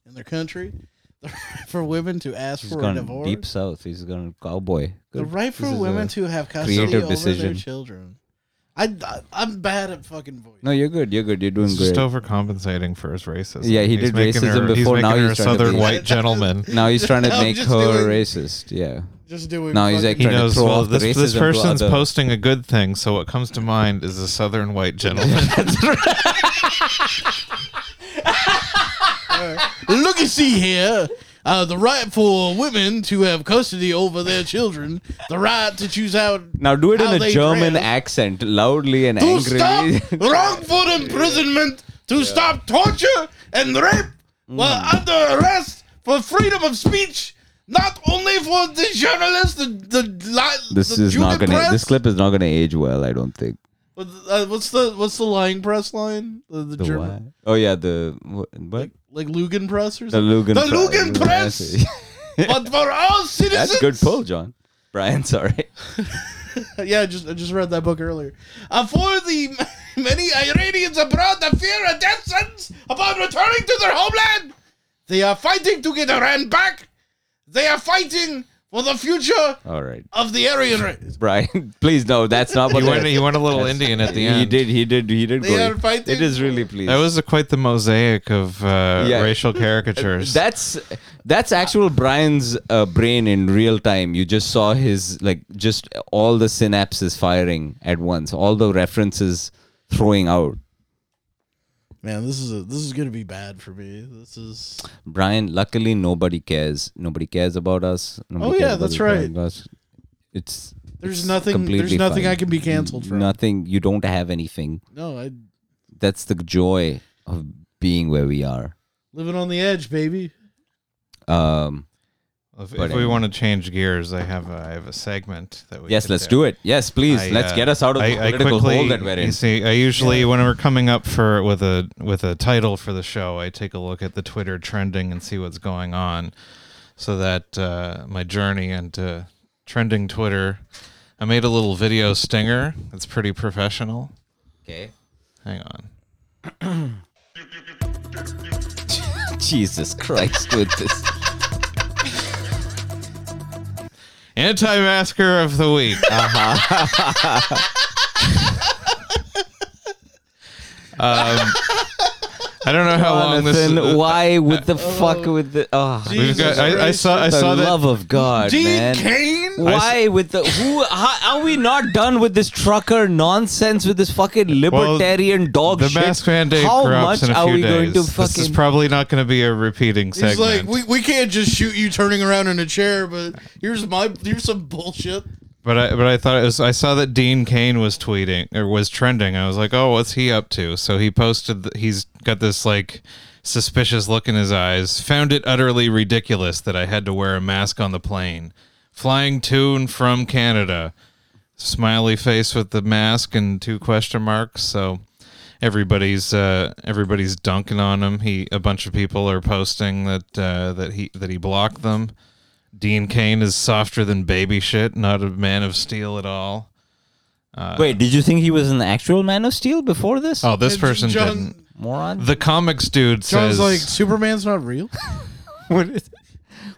in their country, the [laughs] right for women to ask He's for a gone divorce, deep south. He's gone cowboy. the Good. right for This is women a- to have custody creative over decision. their children. I, I am bad at fucking voice. No, you're good. You're good. You're doing Just great. overcompensating for his racism. Yeah, he did making racism her, before, He's now making her a he's trying to southern be- white gentleman. Now [laughs] he's trying to [laughs] I'm make her just doing- racist. Yeah. Just doing. No, he's fucking- He Trying to knows throw well. off the This this racism to person's other- posting a good thing, so what comes to mind is a southern [laughs] white gentleman. [laughs] Look and see here. Uh, the right for women to have custody over their children, the right to choose out. Now do it How in a they German dress. accent, loudly and to angrily. [laughs] stop wrongful imprisonment, to stop torture and rape while Mm. under arrest for freedom of speech, not only for the journalists, the the, li- this the is not Cuban gonna. press. This clip is not gonna age well. I don't think. What- uh, what's the what's the lying press line? The, the, The German, what? Oh yeah, the what? what? like Lugan press or The something. Lugan. The Pri- Lugan press. but for all citizens, [laughs] That's good pull, John. Brian, [laughs] sorry. Yeah, I just I just read that book earlier. Uh, for the [laughs] many Iranians abroad, the fear of death sentence upon returning to their homeland. They are fighting to get Iran back. They are fighting for the future All right, of the Aryan race. Brian. [laughs] Please no, that's not what. you went. the- You went a little Indian at the end. He did. He did. He did. They go- are fighting It is really pleased. That was a, quite the mosaic of uh, Yeah. racial caricatures. [laughs] That's that's actual Brian's uh, brain in real time. You just saw his like just all the synapses firing at once, all the references throwing out. Man, this is a, this is gonna be bad for me. This is Brian, luckily nobody cares. Nobody cares about us. Nobody Oh, cares yeah, about that's the right. podcast. It's there's it's nothing there's completely nothing fine. I can be canceled from. Nothing. You don't have anything. No, I That's the joy of being where we are. living on the edge, baby. Um, if, if but we anyway. want to change gears, I have a, I have a segment that we. yes, could let's do it. Yes, please. I, let's uh, get us out of the I, I political quickly, hole that we're in. You see, I usually when we're coming up for with a with a title for the show, I take a look at the Twitter trending and see what's going on, so that uh, my journey into trending Twitter. I made a little video stinger. It's pretty professional. Okay. Hang on. Jesus Christ with this. Anti-masker of the [laughs] week. Uh-huh. um, I don't know [laughs] how long this. Jonathan, Is, why with the fuck with the oh we've got. I, I saw. I the saw that. love of God, man. Why with the who? How, are we not done with this trucker nonsense with this fucking libertarian dog The shit? mask mandate how corrupts much in a few are we days. going to this is fucking? probably not going to be a repeating He's like, segment. we, we can't just shoot you turning around in a chair, but here's my here's some bullshit. but I, but I thought it was. I saw that Dean Kane was tweeting or was trending. I was like, oh, what's he up to? So he posted. th- He's got this like suspicious look in his eyes. Found it utterly ridiculous that I had to wear a mask on the plane, flying to and from Canada. Smiley face with the mask and two question marks. So. everybody's uh, everybody's dunking on him. He a bunch of people are posting that uh, that he that he blocked them. Dean Kane is softer than baby shit, not a man of steel at all. Wait, did you think he was an actual Man of Steel before this? Oh, this And person John- didn't. [laughs] moron! The comics dude John's says like, Superman's not real. What is-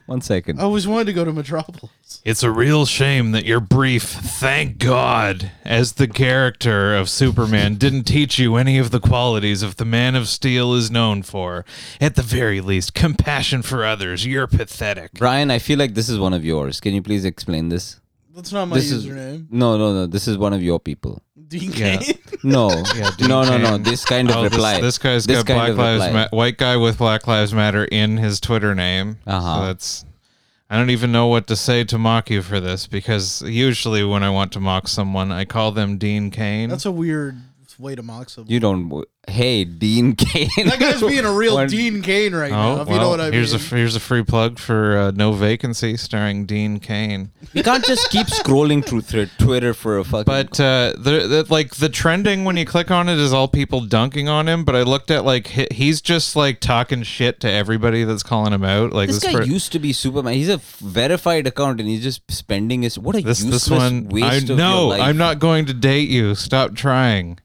One second. Oh. I always wanted to go to Metropolis. It's a real shame that your brief thank God as the character of Superman didn't teach you any of the qualities of the Man of Steel is known for. At the very least, compassion for others. You're pathetic. Brian, I feel like this is one of yours. Can you please explain this? That's not my this is username. no, no, no. This is one of your people. Dean [laughs] Yeah. Cain. No, [laughs] Dean no, no, no. Cain. This kind of Oh, this- reply. This, guy's This got kind Black of Lives reply. Ma- white guy with Black Lives Matter in his Twitter name. Uh-huh. So that's I don't even know what to say to mock you for this because usually when I want to mock someone, I call them Dean Kane. That's a weird way to mock someone. You don't. w- Hey, Dean Kane. that guy's being [laughs] a real One- Dean Kane right now, Oh, if you know well, what I here's mean. a here's a free plug for uh, No Vacancy starring Dean Kane. [laughs] You can't just keep scrolling through thri- Twitter for a fucking. But uh, the, the like the trending when you click on it is all people dunking on him. But I looked at like he, he's just like talking shit to everybody that's calling him out. Like this this, guy per- used to be Superman. He's a f- verified account, and he's just spending his. What a this useless this one I waste of your no life. I'm not going to date you stop trying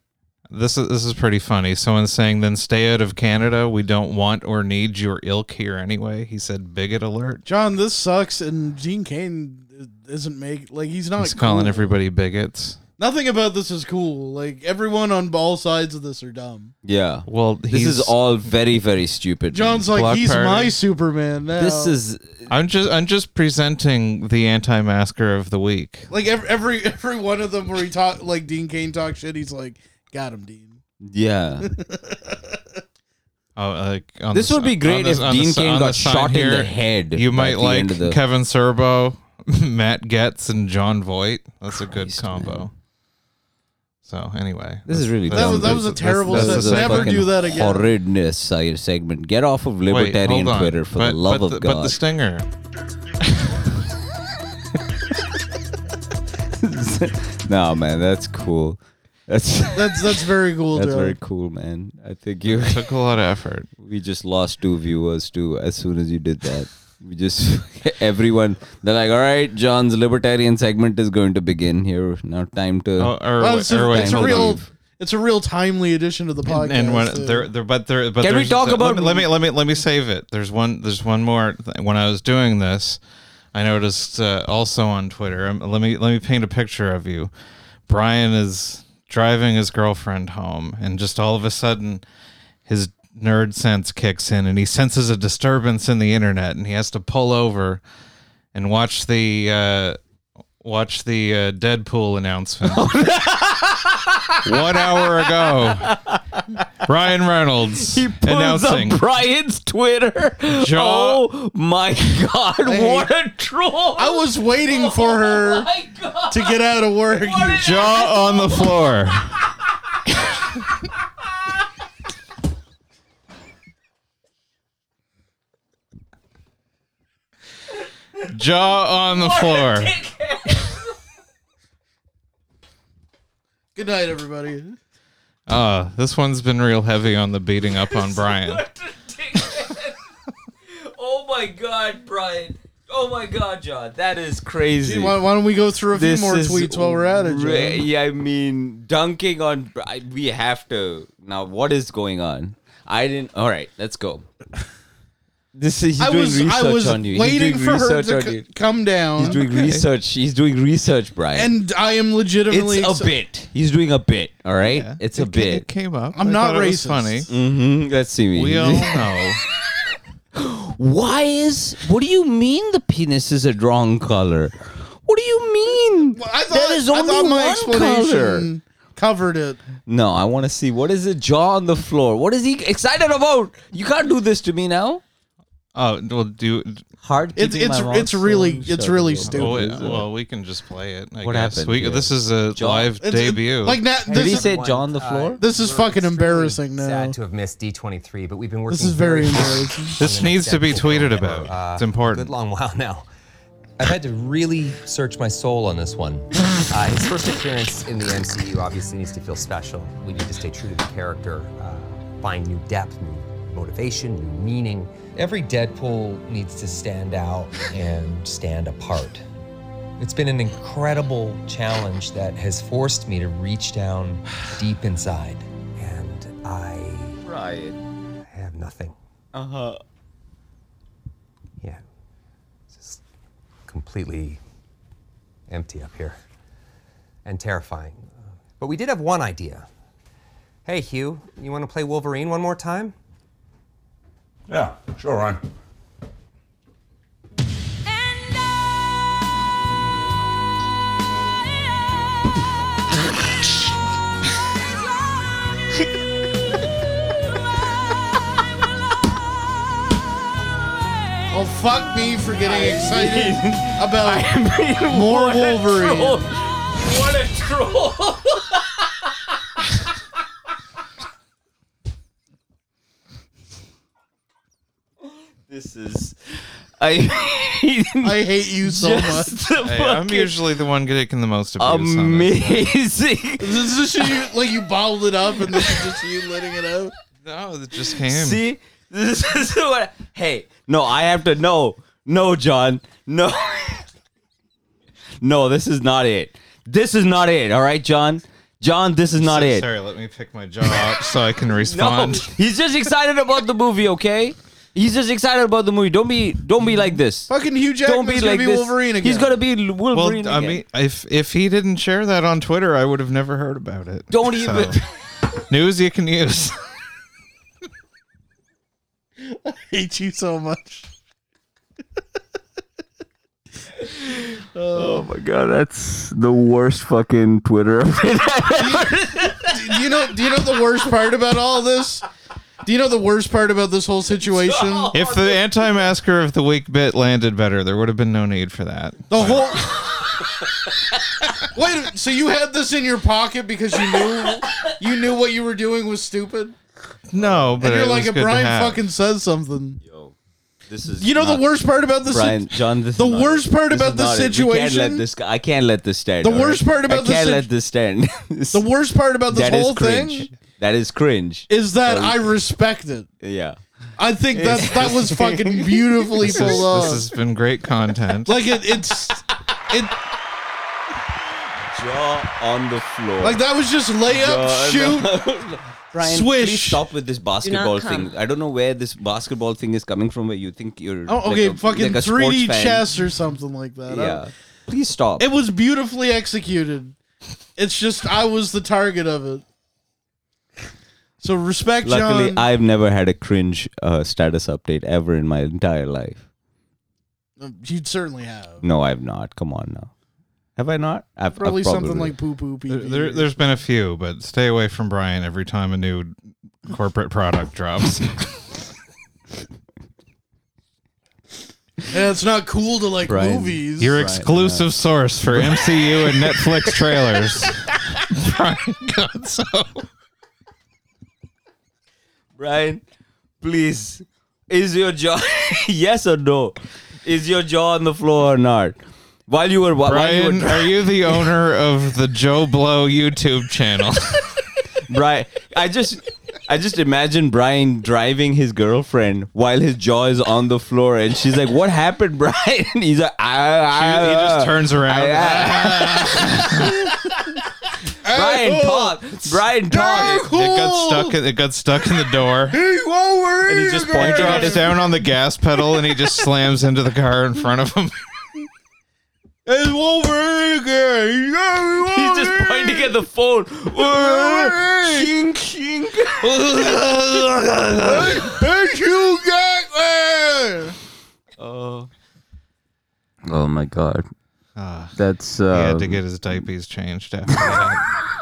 this is this is pretty funny someone's saying then stay out of Canada we don't want or need your ilk here anyway he said bigot alert John, this sucks, and Dean Kane isn't make like he's not. he's calling cool. everybody bigots Nothing about this is cool. Like everyone on all sides of this are dumb. Yeah. Well, This is he's- all very, very stupid. John's like, Block he's party. my Superman now. This is I'm just I'm just presenting the anti-masker of the week. like every every, [laughs] every one of them where he talk like Dean Kane talk shit. He's like, got him, Dean. yeah. Oh, like [laughs] on This the would si- be great on the- if on the Dean si- Kane on the got sign shot in here, the head. You by might the like end of the- Kevin Serbo, [laughs] Matt Getz, and John Voight. That's a good Christ, combo. man. So anyway, This is really That dumb. was- that was a terrible That's- that's set. a Never fucking do that again. Horridness side segment. Get off of Wait, libertarian hold on. Twitter for But- the love but of But God. the stinger. no, man, that's cool. That's [laughs] That's that's very cool. that's Joe. very cool, man. I think you [laughs] Took a lot of effort. we just lost two viewers too as soon as you did that. We just [laughs] everyone they're like, all right, John's libertarian segment is going to begin here. Now time to [laughs] Oh, or, Well, it's, a, or wait, it's a hold on. real it's a real timely addition to the podcast. and too. when there, there, but there, but Can we there's- talk let- about- Let me, let me, let me save it. There's one, there's one more. th- When I was doing this, I noticed uh, also on Twitter. Um, let me, let me paint a picture of you. Brian is driving his girlfriend home, and just all of a sudden, his nerd sense kicks in, and he senses a disturbance in the internet, and he has to pull over and watch the. Uh, Watch the uh, Deadpool [laughs] announcement. One hour ago, Ryan Reynolds He pulls announcing up Brian's Twitter. Jaw- oh my [laughs] god, what a troll! I was waiting for her Oh my god! to get out of work. jaw on the floor. jaw on the floor. Good night, everybody. Uh, this one's been real heavy on the beating up on Brian. [laughs] oh my god, Brian! Oh my god, John! That is crazy. Why, why don't we go through a few more is tweets while we're at it? Joe? ra- Yeah, I mean, dunking on. I- We have to now. What is going on? I didn't. All right, let's go. This is he's I doing was research I was on you. He's waiting doing for her research to on c- you. come down, He's doing research. He's doing research, Brian. and I am legitimately it's a exci- bit. He's doing a bit. All right, it's a It ca- It bit. came up. I'm I not thought it was racist. Funny. hmm Let's see me. We all [laughs] know. Why is? What do you mean the penis is a wrong color? What do you mean? Well, I thought, there is I only thought my one color. explanation covered it. No, I want to see what is the jaw on the floor. What is he excited about? You can't do this to me now. Oh well, do Hard. It's keeping my it's wrong it's really side it's shut. really well, stupid. we, well, we can just play it. I What guess. happened We, here? this is a Jaw? live It's- it- debut. like now, Did he this, say is, jaw on the floor? this is fucking embarrassing now. Sad to have missed D23, but we've been working. This is very [laughs] hard embarrassing. This on the needs to be Deadpool film tweeted for, about. uh, It's a good important. long while now. I've had to really search my soul on [laughs] this one. Uh, his first appearance in the MCU obviously needs to feel special. We need to stay true to the character, uh, find new depth, new motivation, new meaning. Every Deadpool needs to stand out and stand apart. It's been an incredible challenge that has forced me to reach down deep inside, and I Brian. I have nothing. Uh huh. Yeah. It's just completely empty up here and terrifying. But we did have one idea. Hey, Hugh, you want to play Wolverine one more time? Yeah, sure, Ryan. Oh fuck me for getting excited about more Wolverine. What a troll! this is. I [laughs] I hate you so much. just the Hey, I'm fucking usually the one getting the most abuse. on this. amazing Is this just you like you bottled it up and this is just you letting it out? No, it just came. See, this is [laughs] what. Hey, no, I have to. No, no, John, no, [laughs] no. This is not it. This is not it. All right, John, John, this is not So- it. [laughs] Sorry, let me pick my jaw up so I can No, respond. he's just excited about the movie. Okay, He's just excited about the movie. Don't be, don't be like this. Fucking Hugh Don't be Jackman's gonna like be this. Wolverine again. He's gonna be L- Well, Wolverine I again. mean, if if he didn't share that on Twitter, I would have never heard about it. Don't [laughs] even- news you can use. hate you so [laughs] much. oh my god, that's the worst fucking Twitter. Do you know? Do you know the worst part about all this? Do you know the worst part about this whole situation? if the anti-masker of the week bit landed better, there would have been no need for that. The whole. [laughs] Wait, so you had this in your pocket because you knew you knew what you were doing was stupid, No, but and it you're was like, if good to Brian have. fucking says something, Uh, this is you know not- the worst part about this. Brian, John. This the is not worst it. part This about is the not it. We can't situation- let this. I can't let this stand. The all right? worst part about I the can't sit- let this stand. [laughs] The worst part about this That is whole cringe. Um, thing That is cringe. is that I respect it. yeah. I think [laughs] that that was fucking beautifully This, is, pulled off. this has been great content. Like it, it's it Jaw on the floor. like that was just [laughs] layup shoot. Brian, Swish. please stop with this basketball thing. I don't know where this basketball thing is coming from. Where you think you're? Oh, okay, like a, fucking like a sports 3D fan. chess or something like that. I- Yeah, please stop. It was beautifully executed. It's just I was the target of it. So respect Luckily, John. I've never had a cringe uh, status update ever in my entire life. You'd certainly have. No, I've not. Come on now. Have I not? I've I've Probably something probably- like poo poo pee. There, pee. there, there's been a few, but stay away from Brian every time a new corporate product [laughs] drops. And it's not cool to like Brian, movies. Your exclusive source [laughs] for MCU and Netflix trailers. Brian Gonzo. Brian, please. Is your jaw [laughs] yes or no? Is your jaw on the floor or not? While you were wa- while you Brian, were, are you the owner of the Joe Blow YouTube [laughs] channel? Brian, I just I just imagine Brian driving his girlfriend while his jaw is on the floor and she's like, "What happened, [laughs] Brian?" He's like, he "Ah, ah, just ah." turns around. [laughs] Brian talk, Brian talk. It got stuck. in- It got stuck in the door. And he's just He pointing at drops his down on the gas pedal and he just slams into the car in front of him. It's Wolverine again. Yeah, we He's just pointing at the phone. Shink, shink. It's Hugh Jackman. Oh my god. Ah. That's He uh, had to get his diapers changed after [laughs] that.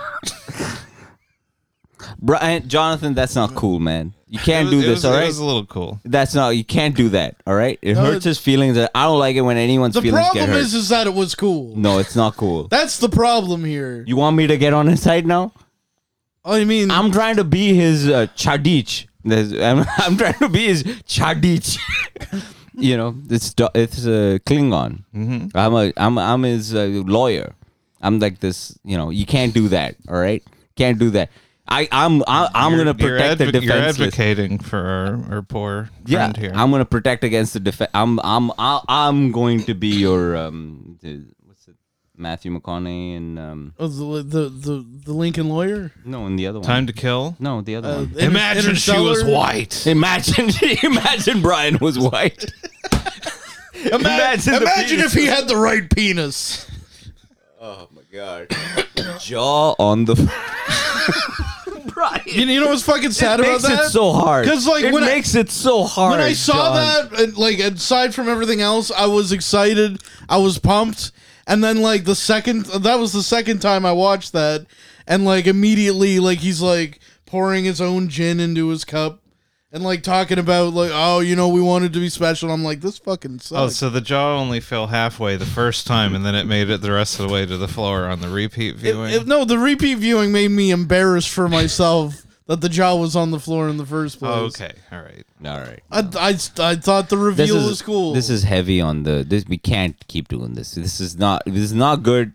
Brian Jonathan. That's not cool, man. You can't It was- it do this, was- all It right? was a little cool. that's not. You can't do that, all right? It No, hurts his feelings. and I don't like it when anyone's The feelings get problem hurt. is, is that it was cool. no, it's [laughs] not cool. That's the problem here. you want me to get on his side now? I mean, I'm trying to be his uh, chadich. There's- I'm, [laughs] I'm trying to be his chadich. [laughs] you know, it's do- it's a Klingon. Mm-hmm. I'm a I'm I'm his uh, lawyer. I'm like this. You know, you can't do that. All right, can't do that. I I'm I, I'm You're- gonna you're protect advo- the You're defenseless. advocating for our, our poor Yeah, friend here. I'm gonna protect against the defense. I'm I'm I- I'm going to be your um the, what's it Matthew McConaughey and um Oh, the, the the the Lincoln lawyer. no and the other one Time to kill. no the other Uh, one Imagine she was Interstellar. white. imagine [laughs] imagine Brian was white. Imagine, the Imagine penis. if he had the right penis. [coughs] jaw on the [laughs] Brian. You, you know what's fucking sad it about makes that? it so hard. 'Cause, like, it when I- makes it so hard. when I saw John. that, and, like aside from everything else, I was excited. I was pumped, and then like the second that was the second time I watched that, and like immediately like he's like pouring his own gin into his cup. And like talking about like oh you know we wanted to be special I'm like this fucking sucks Oh, so the jaw only fell halfway the first time, and then it made it the rest of the way to the floor on the repeat It- viewing. it- no, the repeat viewing made me embarrassed for myself [laughs] that the jaw was on the floor in the first place. oh, okay, all right. All right. I, I, I thought the reveal was cool. This is heavy on the. This we can't keep doing this. This is not. This is not good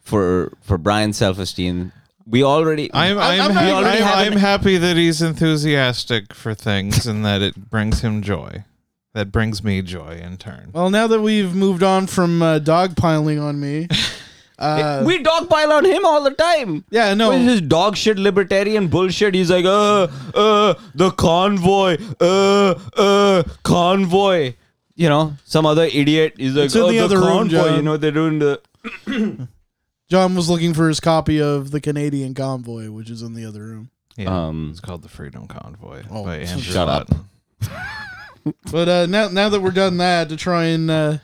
for for Brian's self esteem. We already. I'm I'm, I'm I'm, not- happy, We already I'm, have an- I'm happy that he's enthusiastic for things and that it brings him joy. That brings me joy in turn. [laughs] well, now that we've moved on from uh, dog piling on me, Uh, we dogpile on him all the time. Yeah, no. What is this dog shit libertarian bullshit? He's like, uh, uh, the convoy, uh, uh, convoy. You know, some other idiot is like, It's in oh, the the, other room, convoy. you John. know, they're doing the. John was looking for his copy of the Canadian Convoy, which is in the other room. Yeah, Um, it's called the Freedom Convoy Oh, by Andrew shut up. Lawton. But uh, now, now that we're done that, to try and uh,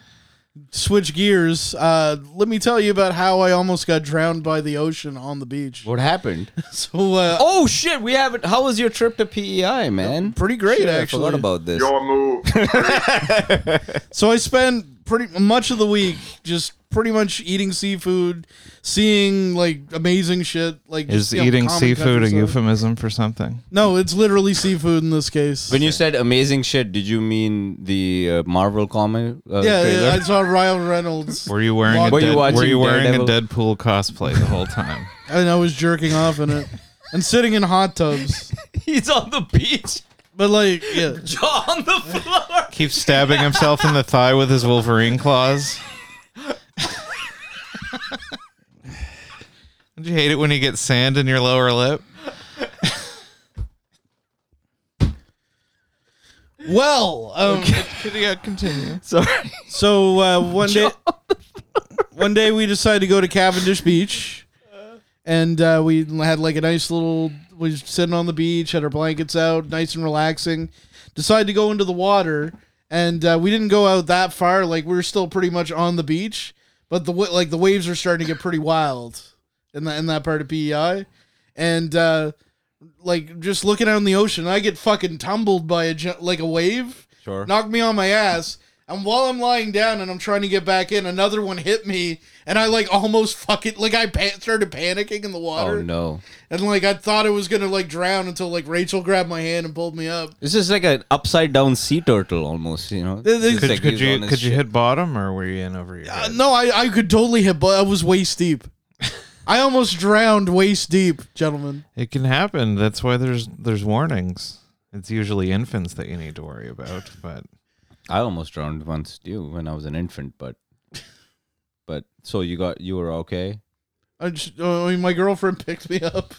switch gears, uh, let me tell you about how I almost got drowned by the ocean on the beach. what happened? So, uh, oh shit, we haven't. How was your trip to PEI, man? pretty great Shit, actually. I forgot about this. So I spent pretty much of the week just pretty much eating seafood, seeing like amazing shit. Like Is just, you know, eating comic seafood a covers and stuff. euphemism for something? No, it's literally seafood in this case. When you said amazing shit, did you mean the uh, Marvel comic? Uh, yeah, trailer? yeah, I saw Ryan Reynolds Were you wearing a Were you dead, were watching you wearing a Daredevil? Deadpool cosplay the whole time? and I was jerking off in it and sitting in hot tubs. He's on the beach, But like, yeah, jaw on the floor. Keeps stabbing himself in the thigh with his Wolverine claws. [laughs] Don't you hate it when you get sand in your lower lip? well, um, Could you continue? Sorry. so uh, one day, one day we decided to go to Cavendish Beach, and uh, we had like a nice little. We was sitting on the beach, had our blankets out, nice and relaxing. Decided to go into the water, and uh, we didn't go out that far. Like we were still pretty much on the beach, but the wa- like the waves are starting to get pretty wild in that in that part of PEI, and. Uh, like just looking out in the ocean, I get fucking tumbled by a ju- like a wave, Sure. knocked me on my ass, and while I'm lying down and I'm trying to get back in, another one hit me, and I like almost fucking like I pa- started panicking in the water, [laughs] Oh no. and like I thought I was gonna like drown until like Rachel grabbed my hand and pulled me up. This is like an upside down sea turtle almost, you know. Th- th- It's Could, like could he's you on his could you shit. hit bottom or were you in over your head? Uh, no, I I could totally hit, but I was waist [laughs] deep. I almost drowned waist deep, gentlemen. It can happen. That's why there's there's warnings. It's usually infants that you need to worry about, but I almost drowned once too when I was an infant, but but so you got you were okay. I just, uh, I mean, my girlfriend [laughs] picked me up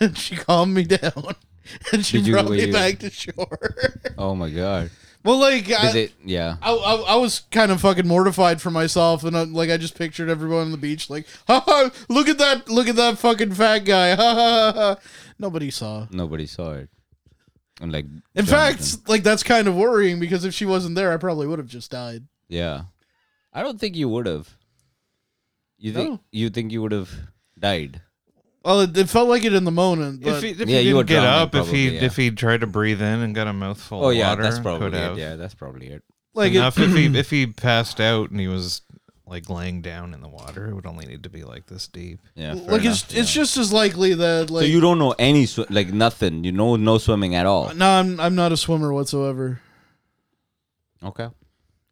and she calmed me down [laughs] and she Did you- brought were me you- back to shore. [laughs] Oh my god. well, like, Is I, it yeah. I, I, I was kind of fucking mortified for myself, and I, like I just pictured everyone on the beach, like, [laughs] ha ha, look at that, look at that fucking fat guy, [laughs] ha ha ha. ha." Nobody saw. Nobody saw it. And like In drowned them. fact, like that's kind of worrying because if she wasn't there, I probably would have just died. Yeah. I don't think you would have. You think No. you think you would have died. Well, it, it felt like it in the moment, but if he, if Yeah, he you were didn't get drowning up, if probably, he yeah. if he tried to breathe in and got a mouthful Oh of yeah, water, that's could probably it. have. Yeah, that's probably it. like it, Enough if he if he passed out and he was like laying down in the water, it would only need to be like this deep. Yeah. fair like it's enough, yeah. it's just as likely that like So you don't know any sw- like nothing. You know no swimming at all. no, I'm I'm not a swimmer whatsoever. Okay.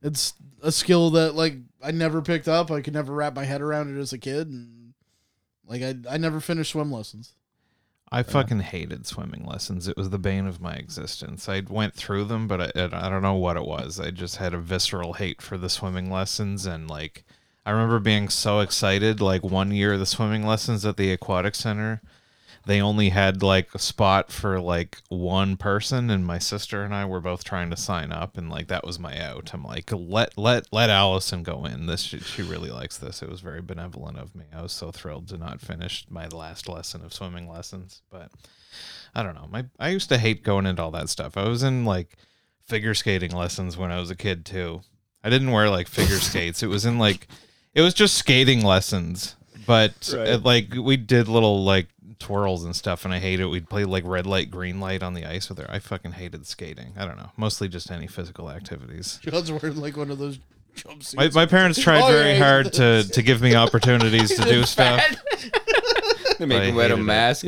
it's a skill that like I never picked up. I could never wrap my head around it as a kid, and like I I never finished swim lessons. [laughs] I fucking hated swimming lessons. It was the bane of my existence. I went through them, but I, I don't know what it was. I just had a visceral hate for the swimming lessons. And like, I remember being so excited. Like, one year, the swimming lessons at the aquatic center, they only had like a spot for like one person. And my sister and I were both trying to sign up. And like, that was my out. I'm like, let, let, let Allison go in. This, she, she really likes this. It was very benevolent of me. I was so thrilled to not finish my last lesson of swimming lessons. But. I don't know. My I used to hate going into all that stuff. I was in like figure skating lessons when I was a kid too. I didn't wear like figure skates. It was in like it was just skating lessons. But uh, like we did little like twirls and stuff and I hate it. We'd play like red light, green light on the ice with her. I fucking hated skating. I don't know. Mostly just any physical activities. John's wearing like one of those jumpsuits. My, my parents tried Oh, very yeah. hard to to give me opportunities to do stuff. They make I him wear a hated it. mask.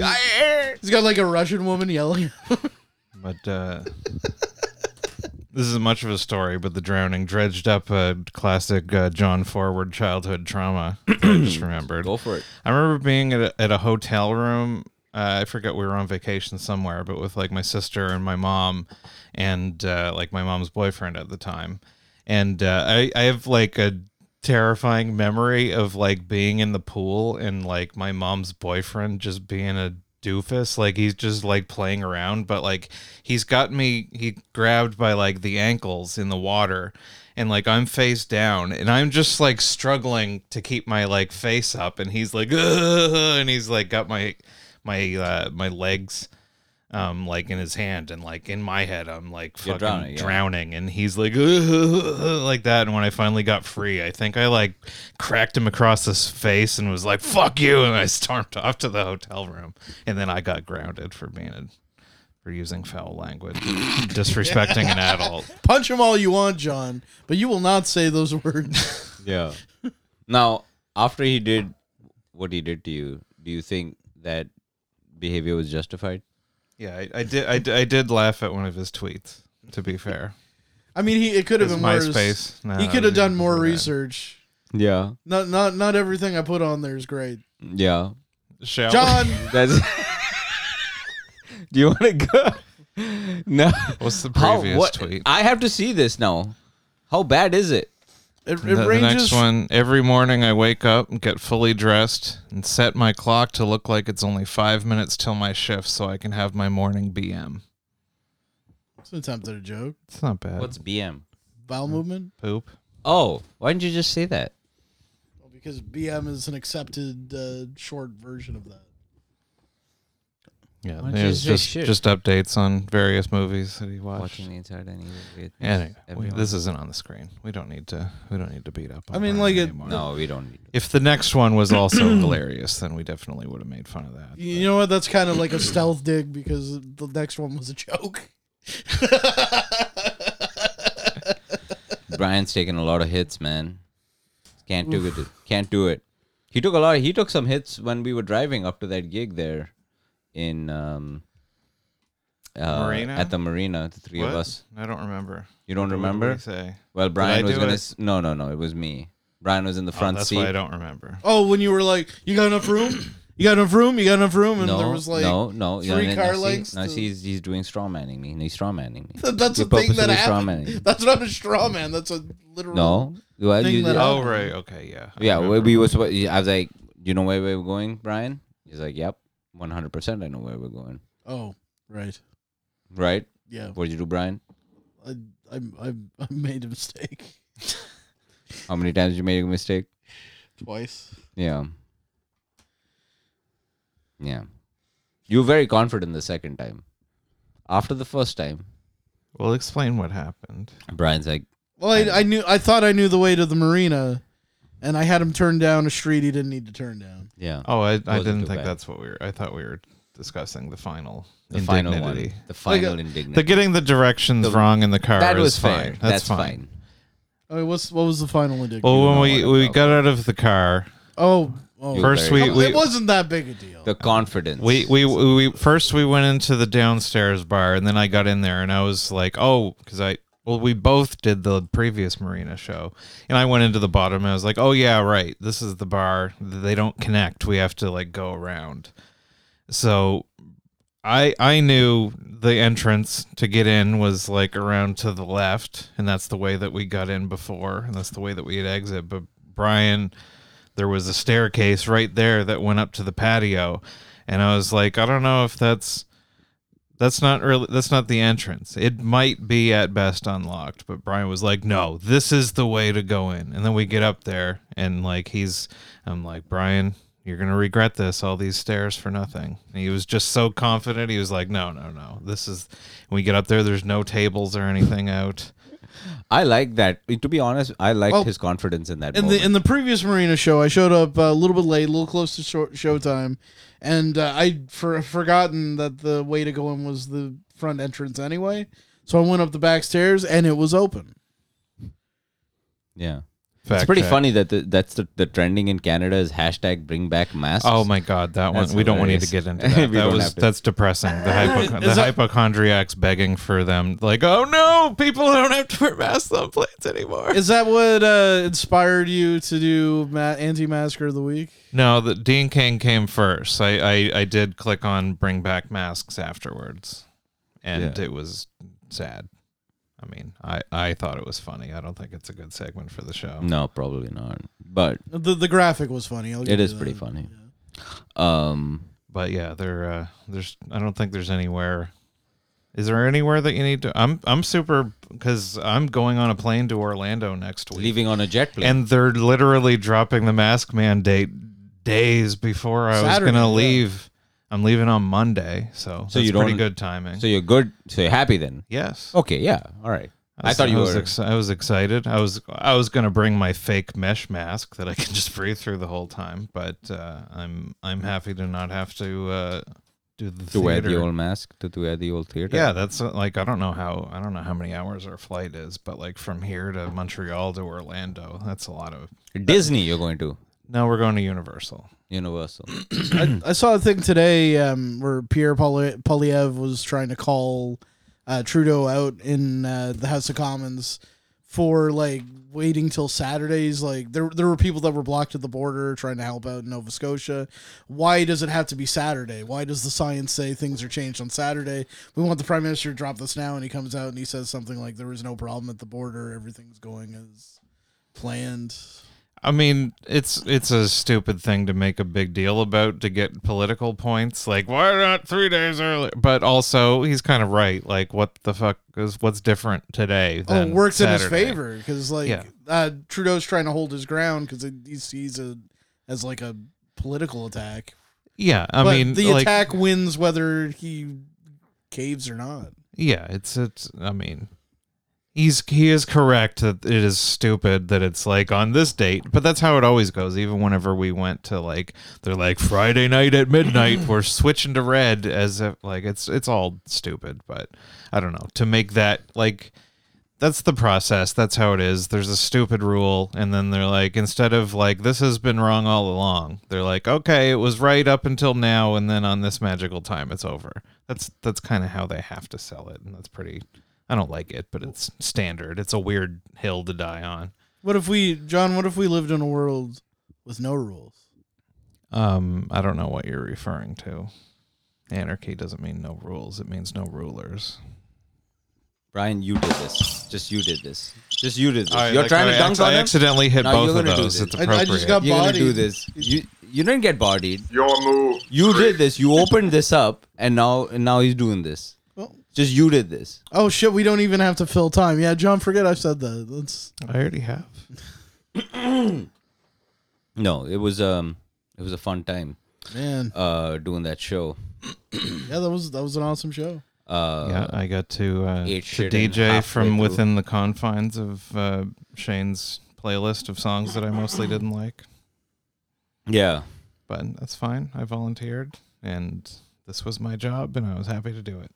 He's got like a Russian woman yelling. But uh, this isn't much of a story, but the drowning dredged up a classic uh, John Forward childhood trauma that I just remembered. Go for it. I remember being at a, at a hotel room. Uh, I forget we were on vacation somewhere, but with like my sister and my mom, and uh, like my mom's boyfriend at the time. And uh, I, I have like a terrifying memory of like being in the pool and like my mom's boyfriend just being a doofus like he's just like playing around but like he's got me he grabbed by like the ankles in the water and like I'm face down and I'm just like struggling to keep my like face up and he's like [laughs] "Ugh," and he's like got my my uh my legs um like in his hand and like in my head I'm like You're fucking drowning, drowning, yeah. and he's like [laughs] "Ugh," like that and when I finally got free I think I like cracked him across his face and was like fuck you and I [laughs] stormed off to the hotel room and then I got grounded for being a for using foul [laughs] language disrespecting an adult Punch him all you want, John, but you will not say those [laughs] words. Yeah. [laughs] now, after he did what he did to you, do you think that behavior was justified? Yeah, I, I did. I, did- I did laugh at one of his tweets. To be fair, I mean, he it could have It's been worse. MySpace. No, he could it's have done more bad. research. Yeah. Not not not everything I put on there is great. Yeah. Shall John, That's. [laughs] do you want to go? [laughs] No. [laughs] What's the How- previous what- tweet? I have to see this now. How bad is it? it, it the, the next ranges. one. Every morning, I wake up and get fully dressed and set my clock to look like it's only five minutes till my shift, so I can have my morning BM. It's an attempt at a joke. It's not bad. What's BM? Bowel Hmm. movement. poop? Oh, why didn't you just say that? Well, because BM is an accepted uh, short version of that. Yeah, Why don't you there's say just shit? just updates on various movies that he watched. Watching the inside and weird Anyway, things we, everywhere. this isn't on the screen. We don't need to. We don't need to beat up. On I mean, Brian like, it- anymore. No, we don't need. If the next one [coughs] was also hilarious, then we definitely would have made fun of that. You know what? That's kind of like a stealth dig because the next one was a joke. Brian's taking a lot of hits, man. Can't do it. Can't do it. He took a lot. he took some hits when we were driving up to that gig there, in um, uh, Marina? at the marina. The three of What? us. I don't remember. You don't What did remember? we say? Well, Brian I was do gonna. it? s- No, no, no. It was me. Brian was in the Oh, front that's seat. why I don't remember. Oh, when you were like, you got enough room? You got enough room? You got enough room? And no, there was like, no, no. yeah, three and car I see, lengths I to- see he's, he's doing straw manning me. He's straw manning me. [laughs] that's a thing that You're purposefully straw happened. manning. That's not a straw man. That's a literal. No. Well, Thing you, that Oh right, okay, yeah. I Yeah, we, remember. we was. I was like, "Do you know where we're going, Brian?" He's like, "Yep, one hundred percent. I know where we're going." Oh, right. Right? Yeah. What did you do, Brian? I, I, I, I made a mistake How many times you made a mistake? twice. Yeah, yeah. You were very confident the second time. After the first time, We'll explain what happened. Brian's like, Well, I, I knew. I thought I knew the way to the marina, and I had him turn down a street he didn't need to turn down. "Yeah, Oh, I, I Wasn't didn't too think bad. that's what we were. I thought we were discussing the final the indignity. uh, final one, the final indignity." The getting the directions wrong in the car that is was fine. fair. That's, That's fine. fine. I mean, Oh, what's what was the final indignity? Well, when know we, what we about got out of the car, oh, oh, You first very we, good. we it wasn't that big a deal. The confidence. We, we we first we went into the downstairs bar and then I got in there and I was like, oh, because I well we both did the previous Marina show and I went into the bottom and I was like, oh yeah, right, this is the bar. They don't connect. We have to like go around. So I I knew the entrance to get in was like around to the left, and that's the way that we got in before, and that's the way that we had exit. But Brian, there was a staircase right there that went up to the patio, and I was like, I don't know if that's that's not really that's not the entrance. It might be at best unlocked, but Brian was like, "No, this is the way to go in." And then we get up there and like he's I'm like, "Brian, you're going to regret this all these stairs for nothing." And he was just so confident. He was like, "No, no, no. This is when we get up there there's no tables or anything out." I like that. To be honest, I liked Well, his confidence in that. In moment. the in the previous Marina show, I showed up uh, a little bit late, a little close to show, showtime, and uh, I for forgotten that the way to go in was the front entrance anyway. So I went up the back stairs and it was open. yeah. Fact it's pretty check. funny that the, that's the, the trending in Canada is hashtag bring back masks. Oh my god, that one That's we don't want you to hilarious. get [laughs] into that. We that don't was have to. that's depressing. The, hypo- the Is that- hypochondriacs begging for them, like, oh no, people don't have to wear masks on planes anymore. Is that what uh, inspired you to do ma- anti-masker of the week? No, the Dean King came first. I, I, I did click on bring back masks afterwards, and Yeah. it was sad. I mean, I, I thought it was funny. I don't think it's a good segment for the show. No, probably not. But The the graphic was funny. I'll give it you is that. pretty funny. Um, But yeah, there uh, there's I don't think there's anywhere. Is there anywhere that you need to? I'm I'm super because I'm going on a plane to Orlando next week, leaving on a jet plane. and they're literally dropping the mask mandate days before I Saturday, was yeah. gonna leave. I'm leaving on Monday, so So that's you pretty don't- good timing. so you're good. So you're happy then? yes. Okay. Yeah. All right. I, was- thought you was were. Ex- I was excited. I was I was gonna bring my fake mesh mask that I [laughs] can just breathe through the whole time, but uh, I'm I'm happy to not have to uh, do the to wear the theater. old mask. To, to wear the old theater. yeah, that's uh, like I don't know how I don't know how many hours our flight is, but like from here to Montreal to Orlando, that's a lot of. Disney. You're going to No, we're going to Universal. Universal. [clears throat] I saw a thing today um, where Pierre Poly- Polyev was trying to call uh, Trudeau out in uh, the House of Commons for like waiting till Saturdays. Like there, there were people that were blocked at the border trying to help out in Nova Scotia. Why does it have to be Saturday? Why does the science say things are changed on Saturday? We want the prime minister to drop this now, and he comes out and he says something like, "There was no problem at the border. Everything's going as planned." I mean, it's it's a stupid thing to make a big deal about to get political points. Like, why not three days earlier? But also, he's kind of right. Like, what the fuck is what's different today? Oh, than works in his Saturday? favor because like Yeah. uh, Trudeau's trying to hold his ground because he sees it as like a political attack. Yeah, I but mean, the like, attack wins whether he caves or not. Yeah, it's it's. I mean, he's he is correct that it is stupid that it's like on this date, but that's how it always goes. Even whenever we went to like, they're like Friday night at midnight, we're switching to red as if like it's it's all stupid. But I don't know to make that like. That's the process. That's how it is. There's a stupid rule, and then they're like, instead of like, this has been wrong all along, they're like, okay, it was right up until now, and then on this magical time, it's over. That's that's kind of how they have to sell it, and that's pretty. I don't like it, but it's standard. It's a weird hill to die on. What if we, John? What if we lived in a world with no rules? Um, I don't know what you're referring to. Anarchy doesn't mean no rules; it means no rulers. Brian, you did this. Just you did this. Just you did this. I, you're like, trying I to dunk acc- on I him? accidentally hit No, both you're of gonna do those. this. It's I- I appropriate. just got You're gonna do Bodied. this. You you didn't get bodied. Your move. You did this. You opened this up, and now and now he's doing this. Well- Just you did this. Oh shit! We don't even have to fill time. Yeah, John, forget I said that. That's I already have. No, it was um, it was a fun time man. uh doing that show. Yeah, that was that was an awesome show. Uh, yeah, I got to, uh, ate to shit in halfway DJ from through. within the confines of uh, Shane's playlist of songs that I mostly didn't like. yeah. But that's fine. I volunteered, and this was my job, and I was happy to do it.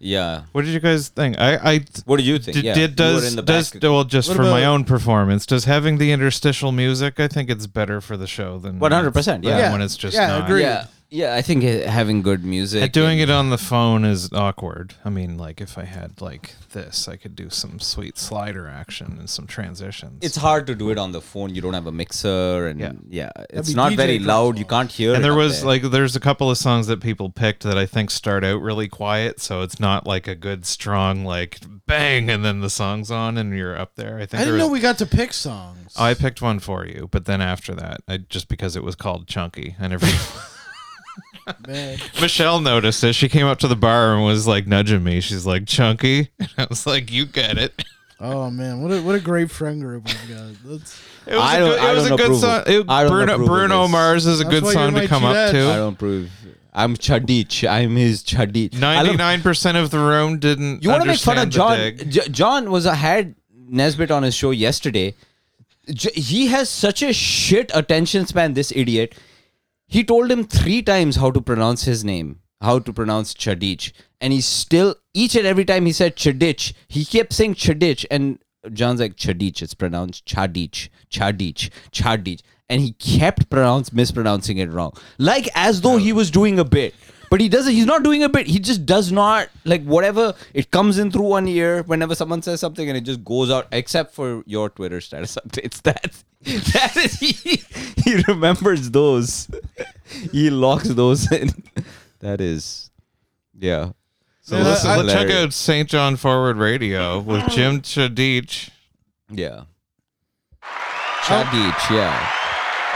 Yeah. What did you guys think? I, I What do you think? did, yeah. did you were does in the does back. well just What for my about- own performance. Does having the interstitial music? I think it's better for the show than when it's- 100%, yeah. than Yeah, when it's just yeah, not. agree. yeah. Yeah, I think uh, having good music. And doing and- it on the phone is awkward. I mean, like if I had like this, I could do some sweet slider action and some transitions. It's hard to do it on the phone. You don't have a mixer, and yeah, Yeah. it's be not DJ very first loud. of You all. can't hear. it and there up was there. like there's a couple of songs that people picked that I think start out really quiet, so it's not like a good strong like bang, and then the song's on and you're up there. I think I didn't there Uh, know was- we got to pick songs. I picked one for you, but then after that, I just because it was called Chunky, I never. [laughs] man. Michelle noticed it. She came up to the bar and was like nudging me. She's like Chunky, [laughs] and I was like, "You get it." Oh man, what a what a great friend group we've got. That's It was I a don't- good, I it was don't a good approve song. of- It- I don't Bruno, approve of Bruno this. Mars is a That's good why song you're to my come up Juliet. I to. don't prove. I'm Chadich. I'm his Chadich. I love- Ninety-nine percent of the room didn't. You want to make fun of understand the John? dig. J- John was a had Nesbitt on his show yesterday. J- he has such a shit attention span. This idiot. He told him three times how to pronounce his name, how to pronounce Chadich, and he still each and every time he said Chadich, he kept saying Chadich, and John's like Chadich. It's pronounced Chadich, Chadich, Chadich, and he kept pronounce mispronouncing it wrong, like as though he was doing a bit. But he doesn't. He's not doing a bit. He just does not like whatever it comes in through one ear whenever someone says something, and it just goes out. Except for your Twitter status [laughs] updates, that that is [laughs] he he remembers [laughs] those. He locks those in. That is, yeah. So Yeah, listen, I- let's check Hilarious. out St. John Forward Radio with [laughs] Jim Chadich. Yeah. Chad Beach, yeah.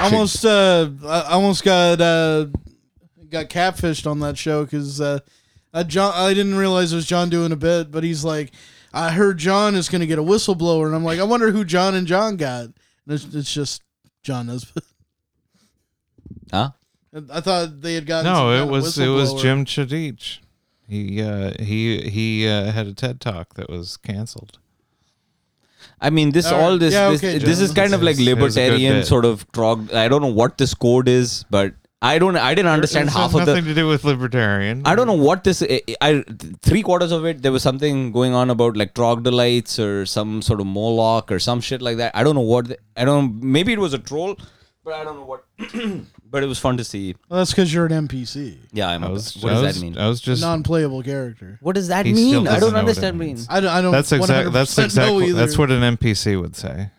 almost uh I I almost got uh got catfished on that show because uh, uh John I didn't realize it was John doing a bit, but he's like, I heard John is gonna get a whistleblower, and I'm like, I wonder who John and John got, and it's, it's just John knows. Huh? [laughs] I thought they had gotten some No, kind it of was it was whistleblower. Jim Chadich. He uh, he he uh, had a TED talk that was canceled. I mean, this All all right. this Yeah, this, okay, this is John. kind of like It was a good libertarian bit. sort of trog. I don't know what this code is, but I don't. I didn't understand It half had of the. nothing to do with libertarian. I don't know what this. I, I three quarters of it. There was something going on about like troglodytes or some sort of Moloch or some shit like that. I don't know what. the- I don't. Maybe it was a troll, but I don't know what. [clears throat] but it was fun to see. Well, that's because you're an NPC, Yeah, I'm. I a- was, what I does was, that mean? I was just non-playable character. What does that He still mean? doesn't I don't know what it understand. means. Means. I don't. I don't. that's exactly 100% that's know exactly either. that's what an NPC would say.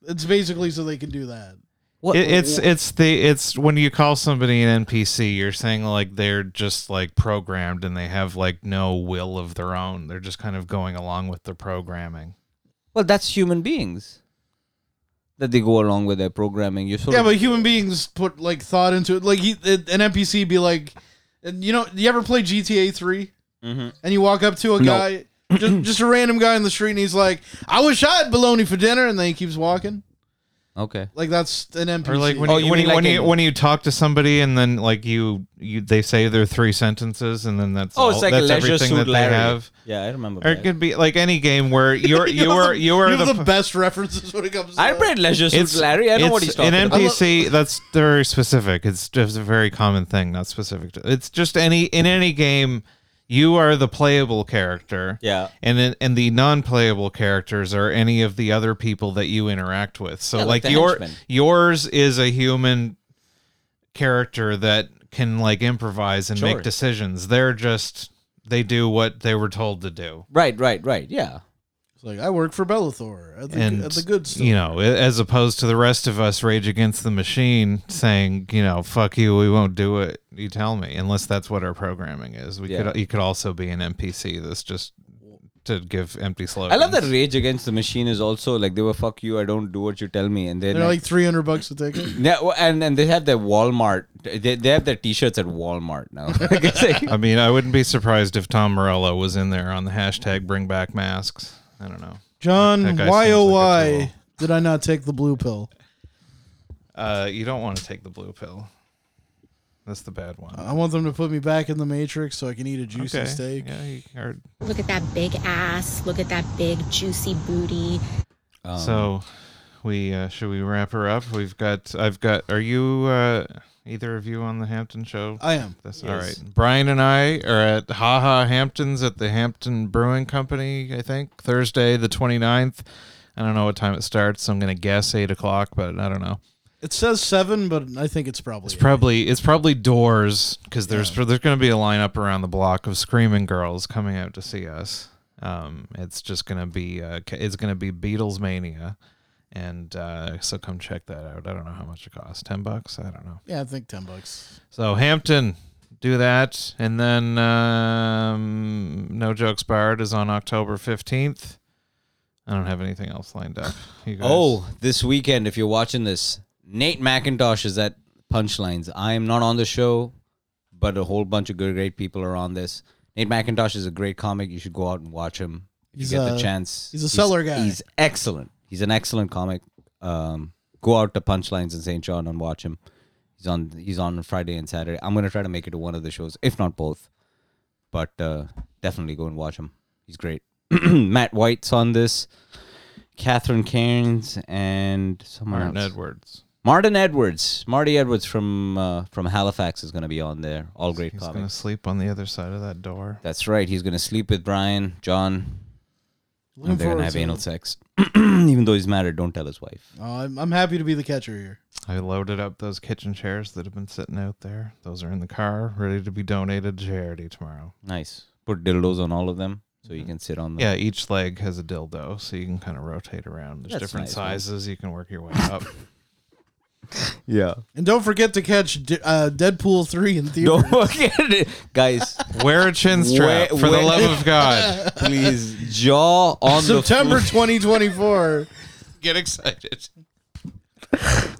It's basically so they can do that. What, It, it's it's the it's when you call somebody an NPC, you're saying like they're just like programmed and they have like no will of their own. They're just kind of going along with the programming. well, that's human beings. That they go along with their programming. You sort Yeah, of, but human beings put like thought into it. Like he, it- an NPC be like, and you know, you ever play GTA 3 Mm-hmm. and you walk up to a No. guy, [clears throat] just, just a random guy in the street, and he's like, "I wish I had bologna for dinner," and then he keeps walking. okay. Like that's an NPC. Or like when Oh, you, you when, mean you, when, like you, in- when you talk to somebody and then like you you they say their three sentences and then that's Oh, all, it's like a that's leisure everything suit that Larry. they have. Yeah, I remember. Or that. it could be like any game where [laughs] you're you You're are you are you're the, the, best references when it comes. to I that. read Leisure Suit Larry. I know it's what he's talking An about. NPC that's very specific. It's just a very common thing, not specific. To, it's just any in any game, you are the playable character. Yeah. and in, and the non-playable characters are any of the other people that you interact with. So Yeah, like like, the your henchmen. yours is a human character that can like improvise and Sure. make decisions. They're just they do what they were told to do. Right, right, right. Yeah. It's like I work for Bellator at the, and at the good store. you know a- as opposed to the rest of us rage against the machine saying you know fuck you we won't do it you tell me unless that's what our programming is we Yeah. could you could also be an npc that's just to give empty slogans I love that Rage Against the Machine is also like they were fuck you, I don't do what you tell me, and then they're like three hundred bucks a ticket. [clears throat] yeah, well, and and they have their Walmart. They, they have their T-shirts at Walmart now. [laughs] It's like- i mean i wouldn't be surprised if tom morello was in there on the hashtag bring back masks i don't know John, That guy why seems oh like a why tool. did I not take the blue pill? uh you don't want to take the blue pill that's the bad Uh, one I want them to put me back in the matrix so I can eat a juicy Okay. steak. yeah you heard. Look at that big ass. Look at that big juicy booty. So Um, we uh, should we wrap her up? We've got I've got are you uh, either of you on the Hampton show? I am. That's all right. Brian and I are at Haha Hamptons at the Hampton Brewing Company, I think, Thursday the 29th. I don't know what time it starts. So I'm going to guess 8 o'clock, but I don't know. It says seven, but I think it's probably. It's eight. probably it's probably doors because there's there's going to be a lineup around the block of screaming girls coming out to see us. Um, it's just going to be uh, ca- it's going to be Beatles mania, and uh, so come check that out. I don't know how much it costs, ten bucks. I don't know. yeah, I think ten bucks. So Hampton, do that, and then um, No Jokes Barred is on October fifteenth. I don't have anything else lined up. You guys- oh, this weekend, if you're watching this, Nate McIntosh is at Punchlines. I am not on the show, but a whole bunch of good, great people are on this. Nate McIntosh is a great comic. You should go out and watch him if He's you get a- the chance. he's a seller guy. He's excellent. He's an excellent comic. Um, go out to Punchlines in St. John and watch him. He's on. He's on Friday and Saturday. I'm gonna try to make it to one of the shows, if not both. But uh, definitely go and watch him. He's great. [clears throat] Matt White's on this. Catherine Cairns and someone Martin else. Edwards. Martin Edwards. Marty Edwards from uh, from Halifax is going to be on there. All great He's going to comics. sleep on the other side of that door. That's right. He's going to sleep with Brian, John, Looking and they're going forward to have to anal it. sex. [clears throat] Even though he's married, don't tell his wife. Oh, I'm, I'm happy to be the catcher here. I loaded up those kitchen chairs that have been sitting out there. Those are in the car, ready to be donated to charity tomorrow. Nice. Put dildos on all of them so you can sit on them. Yeah, each leg has a dildo, so you can kind of rotate around. There's That's different nice, man. sizes. You can work your way up. Yeah. And don't forget to catch D- uh, Deadpool 3 in theaters. [laughs] Don't forget it, [laughs] guys. [laughs] Wear a chin strap Wear- for wear- the love of [laughs] God. Please jaw on September The 2024. Get excited.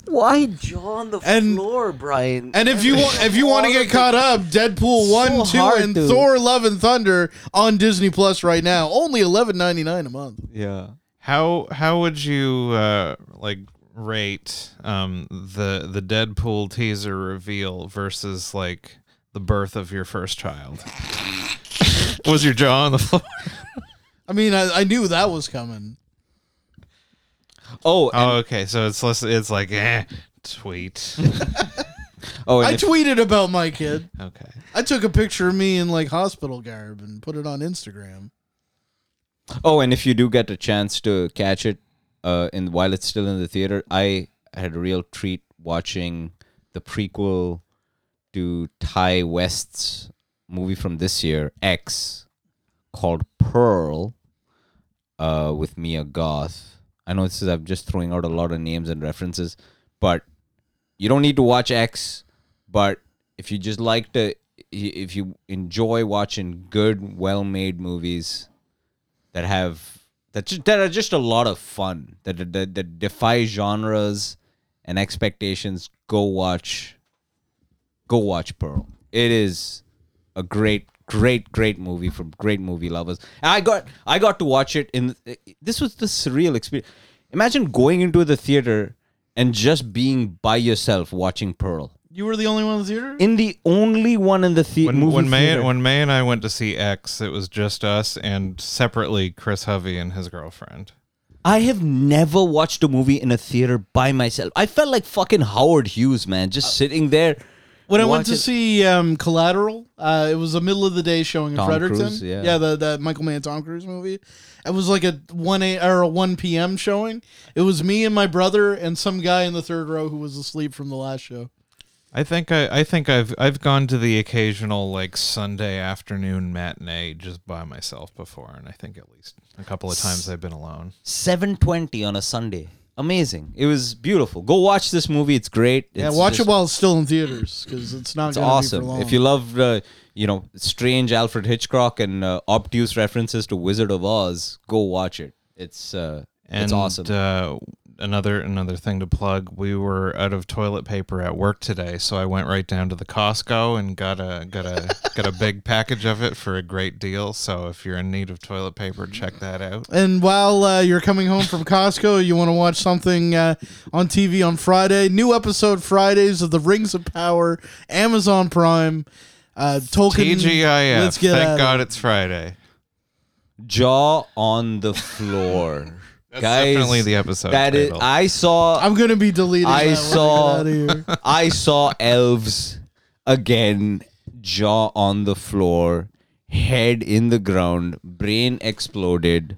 Why jaw on [laughs] the And- floor, Brian? And if you want, if you want to get caught up, Deadpool So 1, 2 hard, and dude. Thor Love and Thunder on Disney Plus right now. Only 11.99 a month. yeah. How how would you uh, like rate um, the the Deadpool teaser reveal versus like the birth of your first child? Was your jaw on the floor? I mean, I, I knew that was coming. Oh. Uh, and- Oh, okay. So it's less. It's like eh, [laughs] tweet. oh. and I if- tweeted about my kid. Okay. I took a picture of me in like hospital garb and put it on Instagram. Oh, and if you do get a chance to catch it, uh, in while it's still in the theater, I had a real treat watching the prequel to Ty West's movie from this year, X, called Pearl, uh, with Mia Goth. I know this is I'm just throwing out a lot of names and references, but you don't need to watch X, but if you just like to, if you enjoy watching good, well-made movies that have that ju- that are just a lot of fun that that, that defy genres and expectations. Go watch, go watch Pearl. It is a great, great, great movie for great movie lovers. And I got I got to watch it in. This was the surreal experience. Imagine going into the theater and just being by yourself watching Pearl. You were the only one in the theater? In the only one in the thea- When, movie when May theater. when May and I went to see X, it was just us and separately Chris Hovey and his girlfriend. I have never watched a movie in a theater by myself. I felt like fucking Howard Hughes, man, just sitting there. Uh, When I went to watching- see um, Collateral, uh, it was a middle of the day showing in Tom Fredericton. Cruise, yeah. the, the Michael Mann Tom Cruise movie. It was like a one a or a one p.m. showing. It was me and my brother and some guy in the third row who was asleep from the last show. I think I, I think I've I've gone to the occasional like Sunday afternoon matinee just by myself before, and I think at least a couple of times I've been alone. 7:20 on a Sunday. Amazing. It was beautiful. Go watch this movie. It's great. Yeah, It's watch just- it while it's still in theaters because it's not. It's gonna Be for awesome. long. If you love, uh, you know, strange Alfred Hitchcock and uh, obtuse references to Wizard of Oz, go watch it. It's uh, And it's awesome. Uh, another another thing to plug: we were out of toilet paper at work today, so I went right down to the Costco and got a got [laughs] a got a big package of it for a great deal. So if you're in need of toilet paper, check that out. And while uh, you're coming home from Costco, you want to watch something uh, on TV on Friday. New episode Fridays of The Rings of Power, Amazon Prime, uh, Tolkien. TGIF. Let's get Thank at God it. it's Friday. Jaw on the floor. [laughs] That's Guys, definitely the episode That is, title. I saw. I'm gonna be deleting. I that saw- Out of here. I saw elves again, jaw on the floor, head in the ground, brain exploded,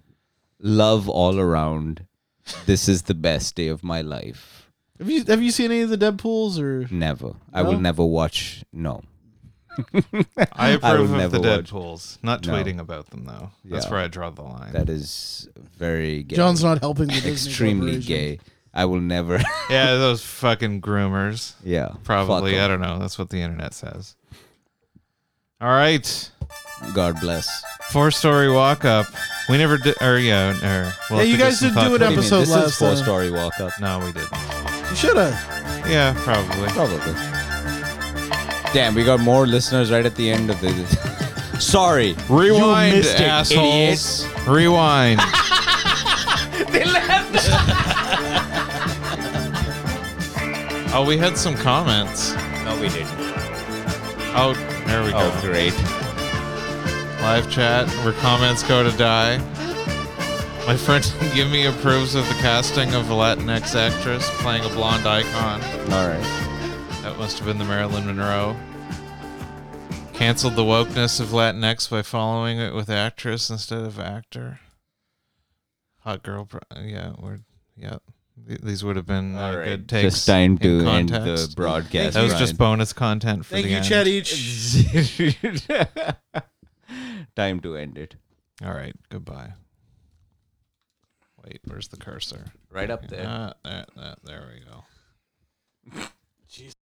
love all around. This is the best day of my life. Have you have you seen any of the Deadpool's or? Never. I will No? never watch. No. I I would approve of never the watch- Deadpools. Not No. tweeting about them though. That's Yeah. where I draw the line. That is very gay. John's not helping the Disney extremely Corporation. gay. I will never. [laughs] yeah, those fucking groomers. yeah. Probably. fuck I don't know. That's what the internet says. All right. 'em. God bless. Four story walk up. We never did. Or, yeah. Or, we'll Yeah, have you to get guys some did do thought- an What do you mean? episode this last uh, is four time. story walk up. No, we didn't. You should have. Yeah, probably. Probably. Damn, we got more listeners right at the end of this. Sorry. Rewind, you missed it, assholes. Rewind. [laughs] They left. [laughs] oh, we had some comments. No, we didn't. Oh, there we go. Oh, great. live chat where comments go to die. My friend [laughs] Gimme approves of the casting of a Latinx actress playing a blonde icon. All right. That must have been the Marilyn Monroe. Cancelled the wokeness of Latinx by following it with actress instead of actor. Hot girl, pro- yeah, we're yeah. Th- These would have been uh, good takes. Just time to in end the context. broadcast. That was just bonus content for Thank the you, end. Chad. Each. just [laughs] [laughs] time to end it. All right, goodbye. Wait, where's the cursor? Right up there. Ah, there, there- there we go. Jesus.